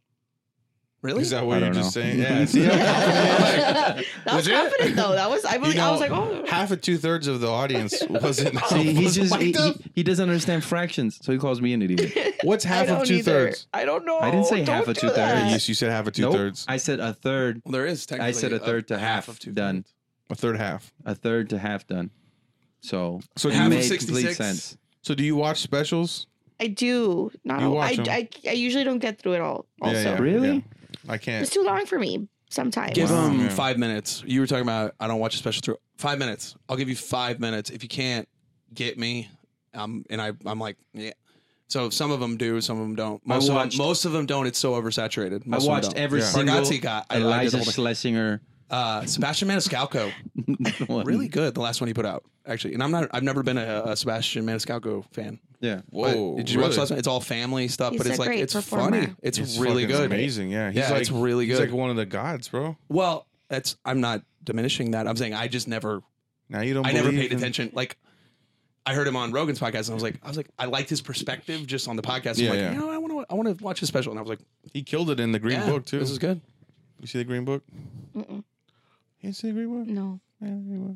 D: Really?
B: Is that what
A: I
B: you're
A: don't
B: just
A: know.
B: saying? Yeah. see, yeah.
C: That was
B: Legit?
C: confident though. That was I really
B: You
C: I was
B: know,
C: like, oh
B: Half of two thirds of the audience wasn't.
A: See, he's
B: was
A: just he,
B: mic'd
A: he,
B: up.
A: he doesn't understand fractions, so he calls me an idiot.
B: What's
C: I
B: half
C: don't
B: of two
C: either.
B: thirds?
C: I don't know.
A: I didn't say
C: Don't
A: half of
C: do
A: two-thirds.
C: that.
B: You, you said half of two
A: nope.
B: thirds.
A: I said a third.
D: Well, there is. Technically uh,
A: I said a third to half, done.
B: A third half.
A: A third to half done. So
B: So
A: it
B: do you- Half of
A: made
D: 66?
A: complete sense.
B: So do you watch specials?
C: I do. Not
B: You
C: all-
B: watch
C: I,
B: 'em.
C: I I usually don't get through it all.
B: Yeah,
C: Also,
B: yeah,
A: Really?
B: yeah. I
C: it's
B: can't.
C: too long for me sometimes.
D: Give
B: Wow.
D: him
B: Yeah.
D: five minutes. You were talking about I don't watch a special through five minutes. I'll give you five minutes. If you can't get me, um, and I, I'm like, yeah. So some of them do, some of them don't.
A: I
D: Most of them,
A: watched-
D: most of them don't. It's so
A: I
D: oversaturated. Most
A: watched
D: of them
A: every
B: Yeah.
A: single
D: Bargatze got- I- I did
A: Eliza
D: all the-
A: Schlesinger.
D: don't. Uh, Sebastian Maniscalco,
A: one.
D: really good. The last one he put out, actually. And I'm not. I've never been a, a Sebastian Maniscalco fan.
A: Yeah.
D: But
B: Whoa!
D: did you watch last one? It's all family stuff,
C: He's
D: but
C: a
D: it's like
C: great
D: it's
C: performer.
D: funny. It's,
B: He's
D: really
B: fucking
D: good.
B: Amazing. Yeah. He's
D: Yeah,
B: like
D: it's really
B: He's
D: good.
B: like one of the gods, bro.
D: Well, that's. I'm not diminishing that. I'm saying I just never
B: Now you don't.
D: I never
B: believe
D: paid
B: in-
D: attention. Like I heard him on Rogan's podcast, and I was like, I was like, I liked his perspective just on the podcast.
B: Yeah,
D: I'm like,
B: yeah.
D: you know, I want to, I want to watch his special, and I was like,
B: He killed it in the Green
D: yeah,
B: Book too.
D: This is good.
B: You see the Green Book?
C: Mm-mm.
B: You see the Green
D: Mm.
B: Book?
C: No,
B: Yeah, the Green Book.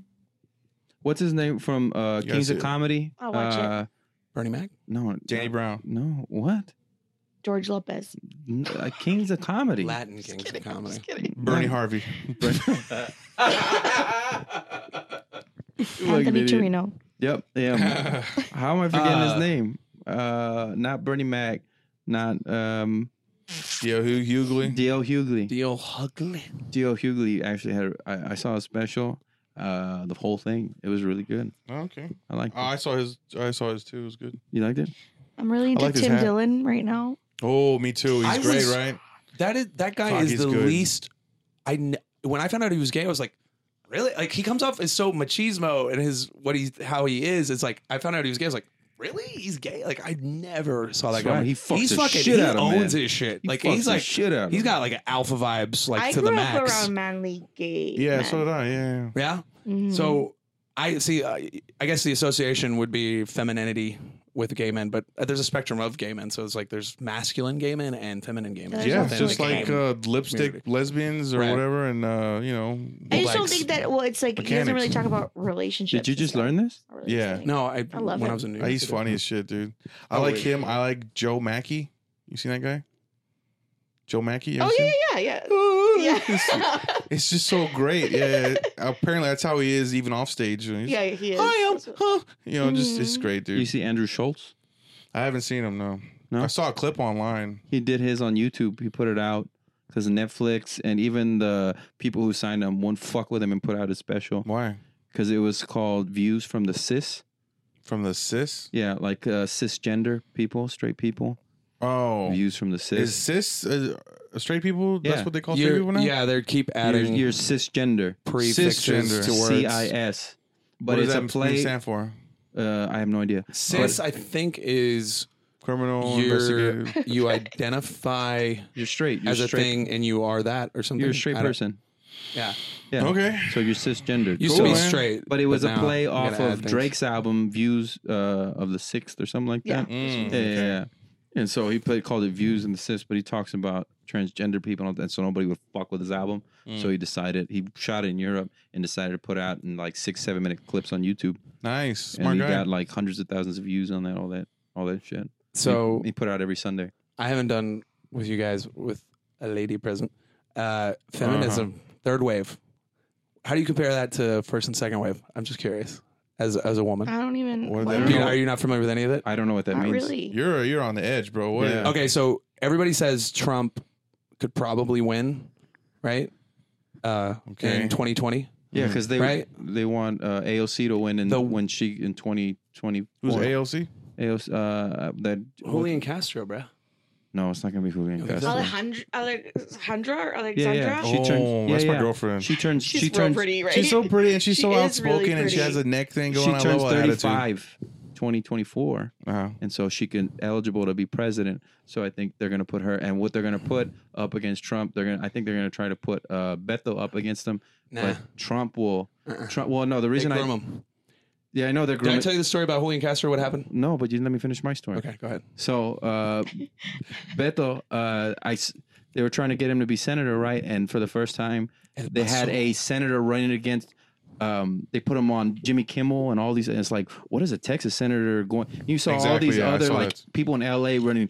A: What's his name from uh, Kings
B: You gotta
A: of
B: see it.
A: Comedy?
C: I'll watch it.
A: uh,
D: Bernie Mac.
A: No,
B: Danny Brown.
A: No, what?
C: George Lopez.
A: N- uh, King's of Comedy.
D: Latin Kings of
C: I'm
D: comedy.
C: just kidding.
B: Bernie Harvey.
A: an
C: Anthony
A: idiot.
C: Torino.
A: Yep. Yeah. How am I forgetting
D: Uh,
A: his name? Uh, not Bernie Mac, not um,
B: Yahoo
D: Mhm.
B: Hughley.
A: Dale Hughley.
D: Deal Hugley.
A: Dale Hughley actually had. I, I saw a special. Uh, the whole thing. It was really good.
B: Oh, okay.
A: I liked
B: Oh,
A: it.
B: I saw his. I saw his too. It was good.
A: you liked it?
D: Uh,
C: I'm really into
B: like his
C: Tim
B: hat.
C: Dillon right now.
B: Oh, me too. He's
D: I
B: great,
D: was-
B: right?
D: That is that guy
B: Fuck,
D: is
B: he's
D: the
B: good.
D: least. I kn- when I found out he was gay, I was like, really? Like he comes off as so machismo and his what he how he is. It's like I found out he was gay. I was like. Really? He's gay? Like I never saw
A: That's
D: that guy.
A: right. He fucks
D: he's
A: the
D: fucking.
A: shit
D: he
A: out of
D: owns
A: men.
D: his shit.
A: He
D: like
A: fucks
D: he's
A: the
D: like.
A: shit out. of
D: He's
A: him.
D: got like alpha vibes, like
C: I
D: to
C: grew
D: the
C: up
D: max.
C: around manly gay.
B: Yeah,
C: men.
B: so did I. Yeah, yeah.
D: Yeah.
C: Mhm.
D: So I see. I, I guess the association would be femininity with gay men, but uh, there's a spectrum of gay men. So it's like there's masculine gay men and feminine gay men.
C: There's
B: Yeah,
C: nothing
B: just like
C: like gay.
B: uh, lipstick
D: community.
B: lesbians or
D: Right.
B: whatever, and uh, you know,
C: I just don't
D: blacks.
C: think that. Well, it's like he doesn't really
B: Mechanics.
C: talk about relationships.
A: Did you
C: and
A: just
C: stuff.
A: learn this?
C: Not really
B: Yeah.
C: exciting.
D: no, I,
C: I love
D: when
C: him.
D: I was in New
B: Uh,
D: York,
B: he's
D: City.
B: funny as shit, dude. I
D: Oh,
B: like
D: wait.
B: him. I like Joe Mackey. You seen that guy? Joe Mackey. You ever
C: Oh
B: seen
C: yeah,
B: him?
C: yeah, yeah,
B: It's,
C: yeah.
B: it's just so great. Yeah. Apparently, that's how he is, even off stage. He's-
C: yeah, he is.
B: Hi, I'm,
C: That's what-
B: huh. You know, just it's
C: Mhm.
B: great,
A: You
B: dude.
A: see Andrew Schultz?
B: I haven't seen him no.
A: No?
B: I saw a clip online.
A: He did his on YouTube. He put it out because Netflix and even the people who signed him won't fuck with him and put out a special
B: Why?
A: because it was called Views from the Cis.
B: From the cis?
A: Yeah, like uh, cisgender people, straight people.
B: Oh,
A: Views from the
B: is
A: cis.
B: cis uh, straight people? That's
A: Yeah.
B: what they call straight
D: You're-
B: people now.
D: yeah, they keep
A: You're,
D: adding
A: you're cisgender.
D: prefixes
B: cisgender.
D: to words.
A: C I S.
B: But
A: But
B: what does
A: it's a
B: that
A: play.
B: stand for?
A: Uh, I have no idea.
D: Cis, I think, is
B: Criminal
D: you
B: investigative.
D: you identify
A: You're straight. You're
D: as a
A: straight.
D: thing and you are that or something.
A: You're a straight
D: I don't-
A: person.
D: Yeah,
A: Yeah.
B: Okay.
A: So you're cisgender.
D: used
B: Cool,
D: to be
B: man.
D: straight,
A: But it was a
D: now
A: play
D: we gotta
A: off
D: add
A: of
D: things.
A: Drake's album Views uh, of the Sixth or something like
C: Yeah.
A: that.
B: Mm,
A: Yeah,
B: okay.
A: yeah, yeah. And so he played, called it Views and the Sis, but he talks about transgender people and all that, so nobody would fuck with his album.
D: Mm.
A: So he decided he shot it in Europe and decided to put out in like six, seven minute clips on YouTube.
B: Nice,
A: and
B: smart
A: he
B: guy.
A: got like hundreds of thousands of views on that, all that, all that shit.
D: So
A: He put out every Sunday.
D: I haven't done with you guys with a lady present. Uh, feminism, third wave. How do you compare that to first and second wave? I'm just curious. as as a woman?
C: I don't even.
B: What are
C: what-
B: they-
D: Are you, are you not familiar with any of it?
A: I don't know what that
C: not
A: means.
C: really.
B: You're you're on the edge, bro. What
A: Yeah.
D: Okay, so everybody says Trump could probably win, right? Uh,
B: Okay.
D: In 2020,
A: Yeah, because they
D: Right.
A: they want uh, AOC to win in
D: The-
A: when she in twenty twenty.
B: who's ALC?
A: AOC? Uh, that
D: Julian Castro, bro.
A: no, it's not gonna be Julian
D: Okay.
A: Castro.
C: Alejandra, Alejandra or
A: Yeah,
C: Alexandra?
A: yeah.
B: Oh,
A: She turns. Yeah,
B: that's my
A: yeah.
B: girlfriend.
A: She turns.
C: She's
A: she
C: real
A: turns.
C: pretty, right?
B: She's so pretty and she's
C: She
B: so
C: is really
B: outspoken and she has
C: pretty.
B: a neck thing
A: She
B: going. on. I
A: turns
B: love her attitude.
A: 35, 2024.
B: Uh-huh.
A: and so she can eligible to be president. So I think they're going to put her, and what they're going to put up against Trump, they're going. to I think they're going to try to put uh, Bethel up against him.
D: Nah. Uh-uh.
A: But Trump will. Trump. Well, no, the
D: They
A: reason
D: groom
A: I.
D: him.
A: Yeah, I know they're
D: Did I
A: grooming.
D: tell you the story about Julian Castro? What happened?
A: no, but you didn't let me finish my story.
D: Okay, go ahead.
A: So, uh, Beto, uh, I, s- they were trying to get him to be senator, right? And for the first time,
D: El
A: they had
D: Paso.
A: a senator running against. Um, they put him on Jimmy Kimmel and all these. And it's like, what is a Texas senator going? You saw all
B: Exactly,
A: these
B: yeah, I
A: other
B: saw
A: like
B: that.
A: people in L.A. running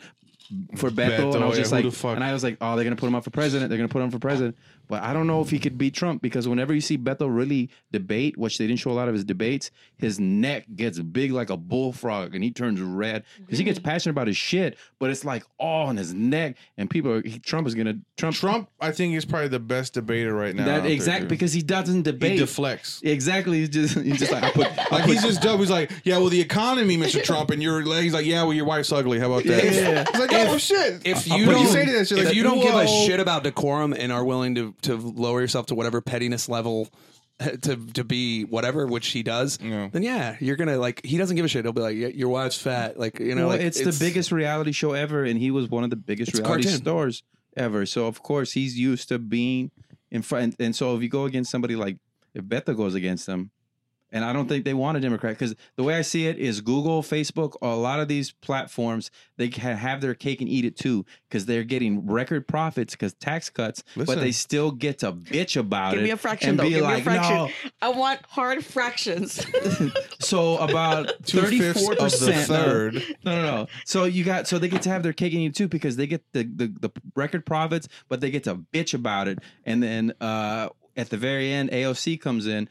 A: for Beto,
B: Beto,
A: and I was
B: yeah,
A: just
B: who
A: like,
B: the fuck?
A: and I was like, oh, they're gonna put him up for president. They're gonna put him for president. But I don't know if he could beat Trump because whenever you see Beto really debate, which they didn't show a lot of his debates, his neck gets big like a bullfrog, and he turns red because he gets passionate about his shit. But it's like all on his neck, and people, are, he, Trump is gonna Trump
B: Trump, I think, is probably the best debater right now.
A: that exact because
B: because
A: he doesn't
B: he
A: debate.
B: deflects.
A: exactly, he's just he's just like I put. I
B: Like
A: put-
B: he's just dope. He's like, yeah, well, the economy, Mr. Trump, and you're like, he's like, yeah, well, your wife's ugly. How about that?
A: Yeah.
B: He's like, oh shit.
D: If
B: But
D: you don't,
B: say that, you're
D: if
B: like,
D: you don't give a
B: whoa.
D: shit about decorum and are willing to to lower yourself to whatever pettiness level to to be whatever, which he does,
B: Yeah.
D: then yeah, you're gonna like he doesn't give a shit. He'll be like, "Yeah, your wife's fat, like you know,
A: Well,
D: like
A: it's, the biggest reality show ever, and he was one of the biggest
D: It's a
A: reality
D: cartoon.
A: stars ever. So of course he's used to being in front. And, and so if you go against somebody like if Bethel goes against him, and I don't think they want a Democrat because the way I see it is Google, Facebook, a lot of these platforms they can have their cake and eat it too because they're getting record profits because tax cuts,
B: Listen.
A: but they still get to bitch about
C: Give
A: it.
C: me a fraction
A: and
C: though.
A: be
C: Give me a
A: like,
C: fraction.
A: "No."
C: I want hard fractions.
A: So about
B: Two fifths
A: thirty-four
B: of the
A: percent
B: third.
A: no, no, no. So you got so they get to have their cake and eat it too because they get the, the the record profits, but they get to bitch about it. And then uh at the very end, AOC comes in,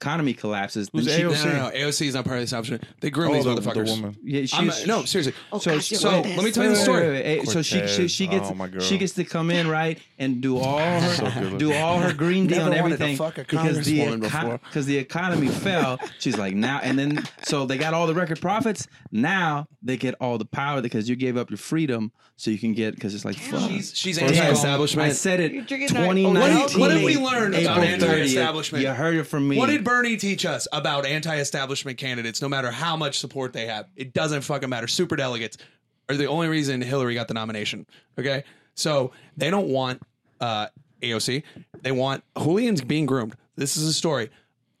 A: economy collapses.
B: Who's
A: then she-
D: No,
B: AOC?
D: no, no, AOC is not part of this option. They groom
B: Oh,
D: these
B: the, the
D: motherfuckers.
B: woman.
A: Yeah,
D: I'm
A: she's,
D: not- no, seriously.
C: Oh,
A: So-
C: gosh, you're
A: so
C: the
A: let
D: me
C: best.
D: tell you the story.
A: Wait, wait, wait. So she, she she
B: Cortez.
A: gets
B: Oh, my girl.
A: she gets to come in right and do all
B: So
A: her
B: good
A: do
B: looking.
A: all her green deal
D: Never
A: and
D: wanted to
A: everything
D: fuck a
A: because the
D: congresswoman before.
A: because the economy fell. She's like now and then so they got all the record profits. Now they get all the power because you gave up your freedom so you can get because it's like fuck.
D: She's, she's
A: Damn, I
D: anti-establishment.
A: said it.
C: You're drinking that-
A: 2019.
C: What did- what did we
D: learn
A: April
D: about
A: 30th.
D: anti-establishment?
A: You heard it from me.
D: What did Bernie teach us about anti-establishment candidates? No matter how much support they have, it doesn't fucking matter. Super delegates are the only reason Hillary got the nomination. Okay, so they don't want uh, AOC. They want Julian's being groomed. This is a story.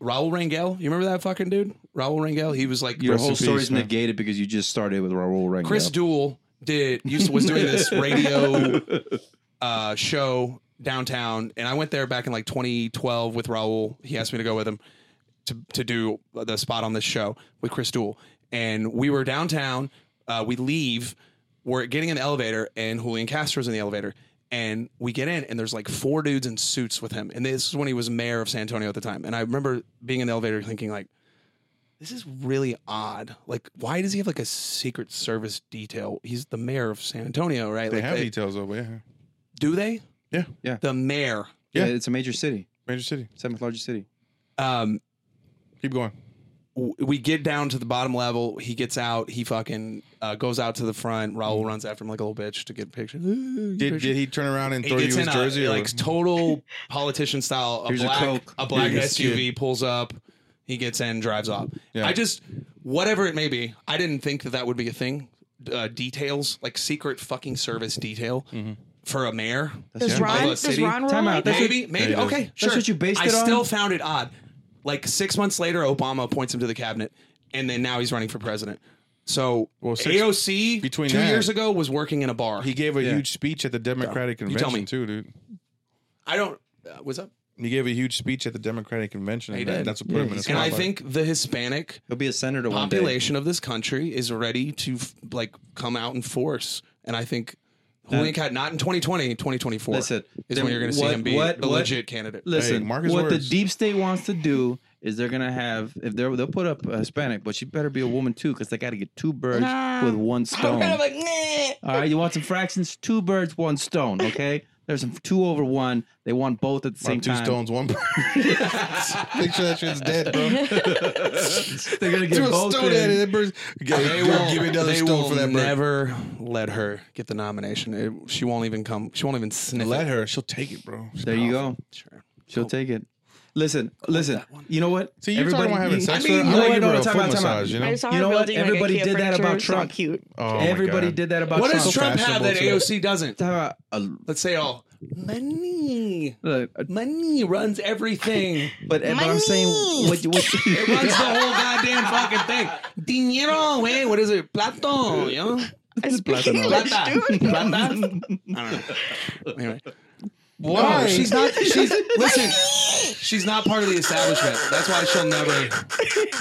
D: Raul Rangel, you remember that fucking dude? Raul Rangel. He was like
A: your whole
B: in peace,
A: story is
B: man.
A: negated because you just started with Raul right
D: Chris Duell did used to, was doing this radio uh, show downtown, and I went there back in like 2012 with Raul. He asked me to go with him to to do the spot on this show with Chris Duell, and we were downtown. Uh, we leave, we're getting in the elevator, and Julian Castro's in the elevator. And we get in, and there's like four dudes in suits with him. And this is when he was mayor of San Antonio at the time. And I remember being in the elevator thinking, like, this is really odd. Like, why does he have like a Secret Service detail? He's the mayor of San Antonio, right?
B: They
D: like,
B: have details over yeah.
D: do they?
B: Yeah.
A: Yeah.
D: The mayor.
A: Yeah,
B: Yeah.
A: it's a major city,
B: Major city.
A: seventh largest city.
D: Um,
B: Keep going.
D: w- we get down to the bottom level. He gets out. He fucking uh, goes out to the front. Raul runs after him like a little bitch to get a picture. Did,
B: Mm. Did, did he turn around and
D: he
B: throw you
D: gets
B: his
D: in
B: jersey?
D: a,
B: or-
D: like total politician style. A
A: Here's a
D: black a,
A: Coke.
D: black
B: Here's a
D: SUV pulls up. He gets in, drives off.
B: Yeah.
D: I just whatever it may be. I didn't think that that would be a thing. Uh, details like secret fucking service detail
B: Mm-hmm.
D: for a mayor.
C: Does
D: of a
C: Ron? Does
D: city?
C: Ron roll
A: Time
C: like
A: out.
C: that?
A: That's what-
D: Maybe, maybe.
B: Yeah, it is.
D: Okay,
B: That's
D: sure.
A: what you based
D: I
A: it on?
D: still found it odd. Like six months later, Obama appoints him to the cabinet, and then now he's running for president. So
B: Well, six-
D: AOC
B: between
D: two
B: that-
D: years ago was working in a bar.
B: he gave a huge speech at the Democratic
D: You tell
B: convention
D: me.
B: too, dude.
D: I don't. Uh, what's up?
B: He gave a huge speech at the Democratic convention.
D: He
B: and that-
D: did.
B: That's what put him in the
D: And I
B: spotlight.
D: think the Hispanic
A: He'll be a senator one day.
D: population of this country is ready to f- like come out in force, and I think. Julian Cat, not in 2020, 2024.
A: Listen,
D: is
A: then
D: when you're going to see
A: what-
D: him be
A: what-
D: a
A: what-
D: legit candidate.
A: Listen,
B: Hey, mark his
A: what the
B: words.
A: deep state wants to do is they're gonna have if they're they'll put up a Hispanic, but she better be a woman too because they got to get two birds
C: Nah.
A: with one
C: I'm
A: stone.
C: kind of like, nah.
A: All right, you want some fractions? Two birds, one stone. Okay, there's some two over one. They want both at the
B: Well,
A: same
B: two
A: time.
B: stones, one bird. Make sure that shit's dead, bro.
A: They're gonna get
B: Throw a
A: both.
B: stone at
A: in.
B: it. That bird's, give,
D: They
B: give-
D: will,
B: give me another
D: they
B: stone
D: will
B: for that bird.
D: never let her get the nomination. It- she won't even come. She won't even sniff.
B: Let
D: it.
B: her. She'll take it, bro. She's
A: There you
B: powerful.
A: go.
D: Sure.
A: She'll take it. Listen,
C: Oh,
A: listen. You know what?
B: So you're talking about having
A: you-
B: sex
A: I mean,
B: with her?
A: no,
B: I
A: no,
B: want to
A: no,
B: give her a
A: time
B: foot
A: out, time
B: massage,
A: out.
B: you
C: I
B: know?
C: just saw
A: You
C: her
A: know what?
C: building, like, a
A: Everybody
C: IKEA
A: did that about
C: furniture. It's all
A: Trump.
C: Cute.
B: Oh my
A: Everybody
B: God.
A: did that about
D: What
A: Trump.
D: does Trump have that
B: fashionable
D: AOC doesn't?
A: Talk about a-
D: Let's say all money.
A: look, a-
D: Money runs everything.
A: Uh, but, but I'm saying what,
D: It
A: what
D: runs the whole goddamn fucking thing. Dinero, eh? What is it? Plato, you know?
C: I speak
A: Platinum.
C: English, dude.
D: Plata? I don't know. Anyway.
B: Why?
D: No, she's not. She's listen. She's not part of the establishment. That's why she'll never.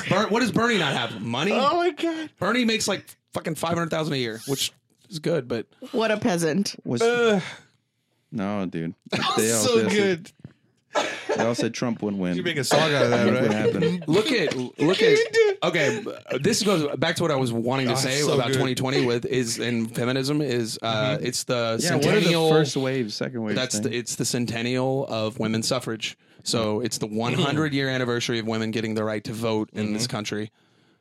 D: Ber, what does Bernie not have? Money.
B: Oh my god.
D: Bernie makes like fucking five hundred thousand a year, which is good, but
C: What a peasant.
A: was No, dude. They all,
B: so
A: they all
B: good.
A: Said, they all said Trump wouldn't win.
B: You make a song out of that,
A: Look what
B: right?
A: happened.
D: look at look at. Okay, this goes back to what I was wanting to
B: Ah,
D: say
B: so
D: about
B: good.
D: 2020 with is in feminism is uh it's the
A: Yeah, what are the
D: centennial.
A: first wave, second wave?
D: that's
A: thing?
D: the, it's the centennial of women's suffrage. So it's the 100 year anniversary of women getting the right to vote in this country.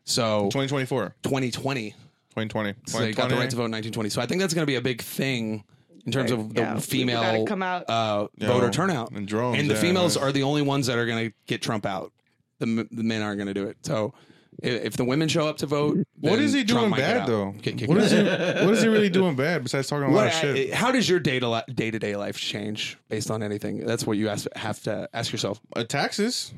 D: So
B: 2024,
D: 2020
B: 2020,
D: So they got the right
B: 2020.
D: to vote in 1920. So I think that's going to be a big thing in terms of the
C: Yeah, we
D: female
C: gotta come out.
D: Uh,
B: Yeah,
D: voter turnout.
B: and drones,
D: And the
B: yeah,
D: females
B: right.
D: are the only ones that are going to get Trump out. The, m- the men aren't going to do it. So i- if the women show up to vote,
B: What
D: then
B: is he
D: Trump
B: doing
D: might get
B: bad
D: out.
B: though?
D: Get kicked
B: What
D: out.
B: is he? What is he really doing bad besides talking a lot
D: What-
B: of shit?
D: How does your day to day to day life change based on anything? That's what you ask, have to ask yourself.
B: Uh, taxes,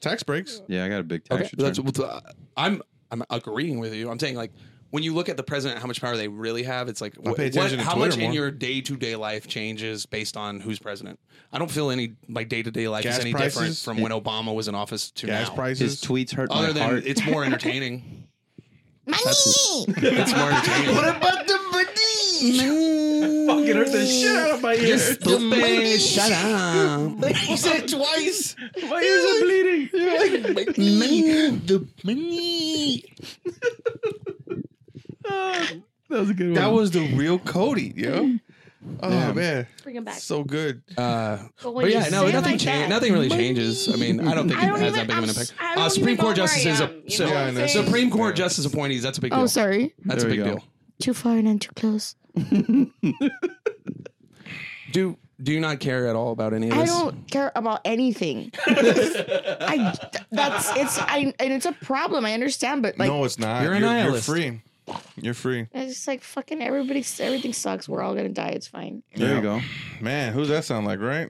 B: tax breaks.
A: yeah, I got a big tax
D: Okay,
A: return.
D: that's what uh, I'm. I'm agreeing with you. I'm saying like when you look at the president, how much power they really have. It's like wh-
B: pay
D: what,
B: attention to
D: how
B: Twitter
D: much in
B: more.
D: your day to day life changes based on who's president. I don't feel any like day to day life
B: Gas
D: is any different
B: prices?
D: from when Obama was in office to
B: Gas
D: now.
A: His
B: prices.
A: tweets hurt
D: Other
A: my
D: than
A: heart.
D: it's more entertaining.
C: Money.
D: it's more entertaining.
B: about the money?
A: fucking hurt the shit out of my
D: You're
A: ears.
D: stupid. Shut up.
B: You said it twice.
A: My ears are bleeding.
B: The money.
A: That was a good one.
B: That was the real Cody, yo. Oh
A: Yeah.
B: man,
C: Bring him back.
B: so good.
D: Uh,
C: But when
D: but
C: you
D: yeah, no,
C: say it
D: nothing
C: like
D: cha-
C: that-
D: Nothing really changes. I mean, I don't think
C: I don't
D: it has
C: even-
D: that big of an
C: I'm-
D: impact.
C: I don't
D: Uh,
C: even
D: Supreme
C: know
D: Court
C: where I
D: justices,
C: am,
D: a,
C: um, you
D: so,
C: know
B: what I'm saying?
D: Supreme Court justice appointees. That's a big deal.
C: Oh, sorry.
D: That's
A: There
D: a
A: we
D: big
A: go.
D: deal.
C: Too far and I'm too close.
D: Do do you not care at all about any of
C: I
D: this?
C: don't care about anything. I that's it's I and it's a problem. I understand, but like
B: no, it's not.
D: You're an
B: You're
D: nihilist.
B: free. You're free,
C: it's just like fucking everybody. Everything sucks. We're all gonna die. It's fine.
A: there you go.
B: man. Who's that sound like, right?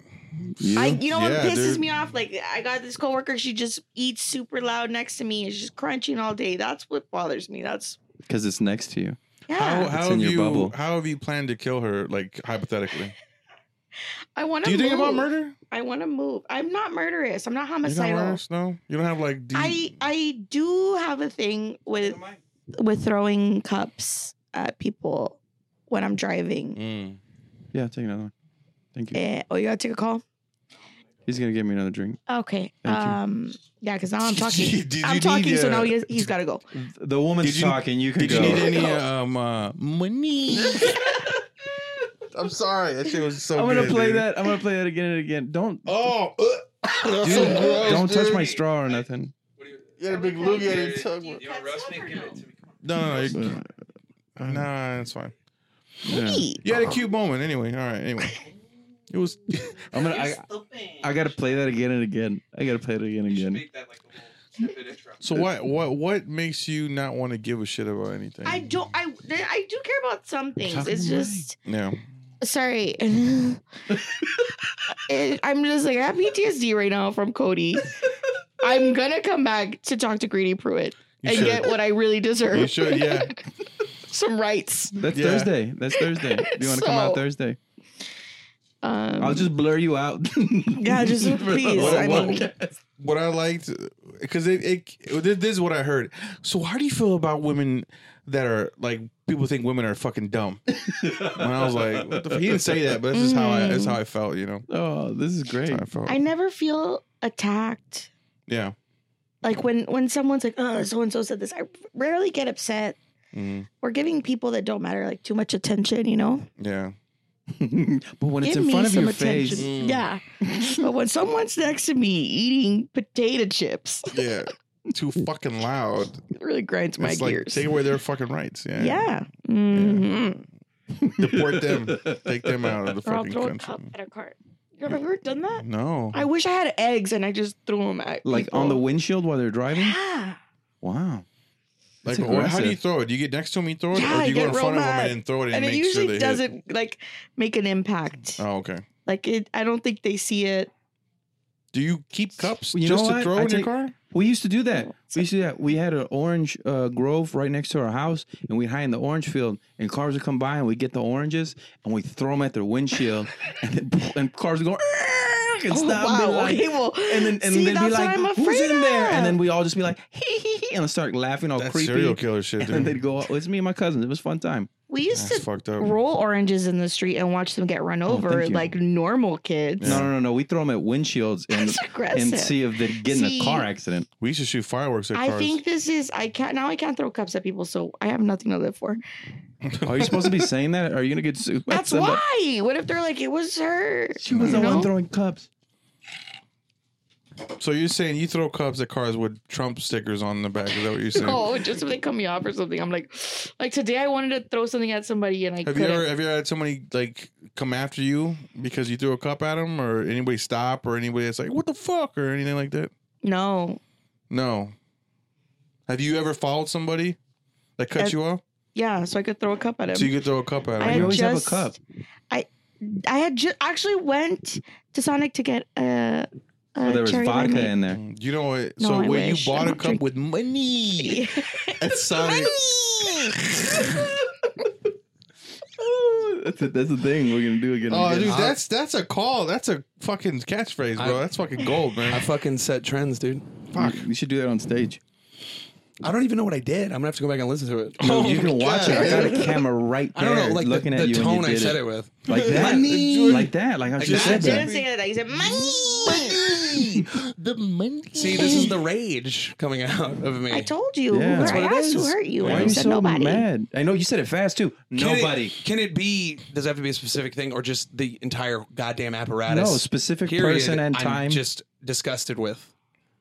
C: I you know
B: Yeah,
C: what pisses
B: dude.
C: me off? Like I got this coworker. She just eats super loud next to me. and She's just crunching all day. That's what bothers me. That's
A: Because it's next to you.
C: yeah.
B: How, how
A: in
B: have
A: your
B: you
A: bubble.
B: how have you planned to kill her? Like hypothetically,
C: I want to.
B: do you think
C: move.
B: about murder?
C: I want to move. I'm not murderous. I'm not
B: You're not
C: homicidal.
B: murderous? No, you don't have like. D-
C: I I do have a thing with with throwing cups at people when I'm driving.
B: Mm.
A: Yeah, take another one. Thank you.
C: Eh, oh, you gotta take a call.
A: He's gonna give me another drink.
C: Okay.
A: Thank you.
C: um. Yeah, because now I'm talking.
B: Did you
C: I'm
B: need,
C: talking, so
B: uh,
C: now he has, he's gotta go.
A: The woman's
B: Did you-
A: talking. You can
B: Did you
A: go.
B: need any um uh, money? I'm sorry, that shit was so.
A: I'm gonna
B: good,
A: play
B: dude.
A: that. I'm gonna play that again and again. Don't
B: Oh, ugh. That's so
A: dude,
B: gross,
A: don't touch my
B: dude.
A: straw or nothing.
B: You got a big loogie at your tongue.
C: want roast me? Give it to me.
B: No, no, no,
A: Uh,
B: you- nah, that's fine.
A: yeah.
B: You had a cute moment, anyway. All right, anyway. It was.
A: I'm gonna. I, I gotta play that again and again. I gotta play it again and again.
B: So what? What? What makes you not want to give a shit about anything?
C: I don't. I I do care about some things.
A: Talking
C: It's
A: to Mike.
C: just
B: yeah.
C: sorry. It- I'm just like I have PTSD right now from Cody. I'm gonna come back to talk to Greedy Pruitt
B: You
C: and
B: should.
C: get what I really deserve.
B: you should. Yeah.
C: Some rights.
A: That's
B: Yeah.
A: Thursday. That's Thursday. Do you want to come out
C: So-
A: Thursday?
C: Um,
A: I'll just blur you out.
C: yeah, just please.
B: What-
C: I
B: what-
C: mean,
B: What I liked, because it, it. This is what I heard. So how do you feel about women that are like people think women are fucking dumb? and I was like, what the, f- he didn't say that, but that's just
C: Mm-hmm.
B: how I. That's how I felt. You know.
A: oh, this is great.
B: That's how I felt.
C: I never feel attacked.
B: Yeah.
C: Like when when someone's like, "Oh, so and so said this," I rarely get upset.
B: Mhm.
C: We're giving people that don't matter like too much attention, you know.
B: Yeah.
A: but when it's
C: Give
A: in
C: me
A: front of
C: some
A: your
C: attention.
A: face,
B: Mm.
C: Yeah. but when someone's next to me eating potato chips,
B: Yeah. Too fucking loud.
C: it really grinds my
B: it's like
C: gears.
B: take away their fucking rights. Yeah.
C: yeah. Mhm.
B: Deport them. Take them out of the
C: Or I'll
B: fucking
C: throw
B: country.
C: it up at a cart. You ever heard done that?
B: No.
C: I wish I had eggs and I just threw them at
A: like
C: people.
A: on the windshield while they're driving.
C: Yeah.
A: Wow.
B: Like,
A: That's
B: or how do you
A: aggressive.
B: throw it? Do you get next to him and you throw it,
C: Yeah,
B: or
C: I
B: do you go
C: get
B: in
C: real
B: front of him
C: mad.
B: and then throw it and,
C: And it
B: make sure they
C: usually
B: hit?
C: doesn't like make an impact.
B: Oh, okay.
C: Like it I don't think they see it.
B: Do you keep cups
A: Well, you
B: just
A: know
B: to
A: what?
B: throw
A: I
B: in your
A: take-
B: car?
A: We used to do that. We used to do that. We had an orange uh, grove right next to our house, and we'd hide in the orange field, and cars would come by, and we'd get the oranges, and we'd throw them at their windshield, and, then, and cars would go, "Argh," and
C: Oh,
A: stop.
C: wow.
A: and be like-
C: okay, well,
A: and then and
C: see,
A: they'd be
C: that's
A: like,
C: what I'm
A: "Who's
C: afraid
A: in there?"
C: of.
A: And then we all just be like, "Hee hee hee," and start laughing all
B: That's
A: creepy.
B: serial killer shit,
A: And then they'd
B: dude.
A: go, "Oh, "It's me and my cousins. It was a fun time."
C: we used
B: That's
C: to
B: fucked up.
C: roll oranges in the street and watch them get run over
A: Oh, thank you.
C: like normal kids.
A: No, no, no, no. We throw them at windshields and
C: That's aggressive.
A: and see if they get in
C: See,
A: a car accident.
B: We used to shoot fireworks at cars.
C: I think this is I can't now I can't throw cups at people, so I have nothing to live for.
A: Are you supposed to be saying that? Are you gonna get sued? by
C: That's
A: somebody?
C: why. What if they're like, it was her?
A: She was the
C: You know?
A: one throwing cups.
B: so you're saying you throw cups at cars with Trump stickers on the back? Is that what you're saying?
C: Oh, just if they cut me off or something. I'm like, like today I wanted to throw something at somebody and I
B: Have you
C: couldn't.
B: ever have you ever had somebody like come after you because you threw a cup at them, or anybody stop, or anybody that's like, "What the fuck," or anything like that?
C: No.
B: No. Have you ever followed somebody that cut
C: Ev-
B: you off?
C: Yeah, so I could throw a cup at him.
B: So you could throw a cup at
C: I
A: You
B: them.
A: always have a
C: just-
A: cup.
C: I had ju- actually went to Sonic to get a, a
A: Well, Oh, there was
C: cherry
A: vodka
C: lemonade.
A: in there.
B: Mm, You know what?
C: No,
B: so
C: I
B: where
C: wish.
B: you
C: I
B: bought a
C: don't
B: cup
C: drink-
B: with money at Sonic.
A: that's, a, that's the thing we're gonna do again.
B: Oh,
A: and
B: dude,
A: again.
B: that's that's a call. That's a fucking catchphrase, bro.
D: I-
B: that's fucking gold,
D: I
B: man.
D: fucking set trends, dude.
B: fuck.
A: We should do that on stage.
D: I don't even know what I did. I'm gonna have to go back and listen to it.
A: No, you can watch it. I got a
B: God.
A: camera right
D: Oh I
A: there,
D: don't know, like
A: Oh, looking
D: the,
A: at
D: the
A: you when
D: tone
A: you
D: I
A: did
D: said it,
A: it.
D: with.
A: like that,
B: Money.
A: like that, like I just
C: I
A: said
D: Exactly.
A: that.
C: didn't say it. He said, "Mm, money.
B: the money.
D: See, this is the rage coming out of me.
C: I told you.
A: Yeah. That's
C: I
D: what it
C: asked who
D: is.
C: hurt you.
A: Why
C: and
A: are
C: you
A: you
C: said
A: so
C: nobody.
A: mad? I know you said it fast too.
D: Can it-
A: Nobody.
D: Can it be? Does it have to be a specific thing, or just the entire goddamn apparatus?
A: No, specific
D: period,
A: person and
D: I'm
A: time.
D: just disgusted with.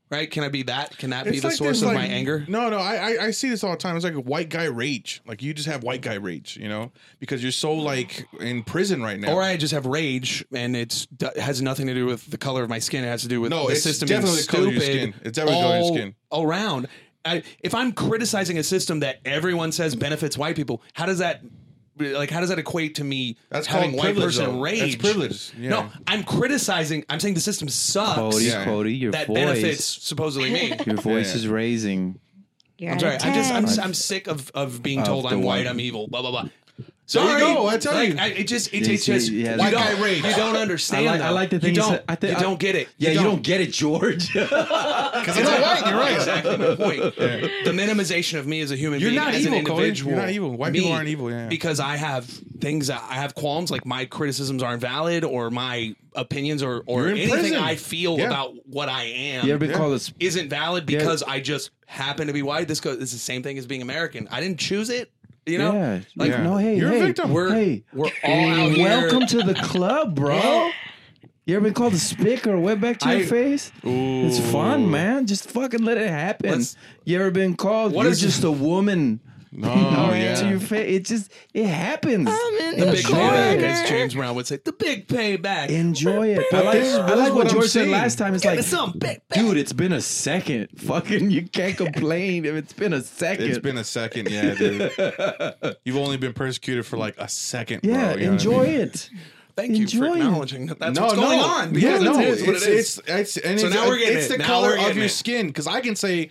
D: Right? Can I be that? Can that be
B: It's
D: the
B: like
D: source
B: this,
D: of
B: like-
D: my anger?
B: No, no, I, I I see this all the time. It's like a white guy rage. Like you just have white guy rage, you know, because you're so like in prison right now.
D: Or I just have rage, and it's d- has nothing to do with the color of my skin. It has to do with
B: No,
D: the
B: it's
D: system
B: definitely
D: being
B: the color of
D: stupid.
B: your skin. It's definitely the color of your
D: all
B: skin.
D: around. I, if I'm criticizing a system that everyone says benefits white people, how does that like how does that equate to me
B: That's
D: having
B: called
D: white
B: privilege,
D: person
B: though.
D: rage?
B: That's privilege, yeah.
D: No, I'm criticizing. I'm saying the system sucks.
A: Cody,
B: Yeah.
A: Cody, your
D: that
A: voice,
D: benefits supposedly me.
A: your voice
B: Yeah.
A: is raising.
C: You're
D: I'm
C: out
D: sorry.
C: of
D: I'm just, I'm,
C: ten.
D: just, I'm sick of, of being told
A: the
D: I'm white,
A: white.
D: I'm evil, blah, blah, blah.
B: There you
D: Sorry.
B: go, I tell
D: Like,
B: you.
D: I, it just, it,
A: You
D: it's just,
A: see, yeah,
D: you,
A: White
D: don't,
B: guy rage.
D: you don't understand.
A: I like, I
D: though.
A: like the
D: you
A: thing you,
D: don't,
A: said. I think
D: you
A: I-
D: don't get it.
A: Yeah, you don't get it, George.
B: because I'm not white. You're right.
D: Exactly my point. The minimization of me as a human
B: You're
D: being,
B: not
D: as
B: evil,
D: an
B: Cody.
D: individual.
B: You're not evil. White people
D: me,
B: aren't evil, yeah.
D: Because I have things that I have qualms, like my criticisms aren't valid, or my opinions, or or
B: You're in
D: anything
B: prison.
D: I feel
B: Yeah.
D: about what I am.
A: you ever been called a sp-
D: isn't valid because I just happen to be white. This goes. It's the same thing as being American. I didn't choose it. You know.
A: yeah,
D: like,
A: no, hey,
B: You're a
A: hey,
B: victim.
D: We're
A: hey,
D: we're all out here.
A: welcome to the club, bro. You ever been called a spick or wet back to
D: I-
A: your face? It's fun, man. Just fucking let it happen.
D: Let's-
A: you ever been called?
D: What
A: You're
D: is-
A: just a woman.
B: Oh
A: To your
B: yeah.
A: face. It just it happens.
C: I'm in
D: the
C: the
D: big
A: corner.
D: payback, as James Brown would say. The big payback.
A: Enjoy it. I like,
B: this
A: I like
B: is what
A: what
B: I'm
A: George said
B: saying.
A: last time. It's
D: Give
A: like,
D: me some big back.
A: dude, it's been a second. Fucking, you can't complain if it's been a second.
B: It's been a second, yeah, dude. You've only been persecuted for like a second. bro,
A: yeah,
B: you know what I
A: enjoy
B: mean?
A: it.
D: Thank you
A: enjoy
D: for
A: it.
D: acknowledging that that's what's going on. Because
B: yeah, no,
D: it is what
B: it's,
D: it is.
B: It's, it's, and
D: So
B: it's,
D: now we're getting
B: it's
D: it.
B: the
D: Now
B: color
D: we're
B: of
D: getting
B: your
D: it.
B: skin because I can say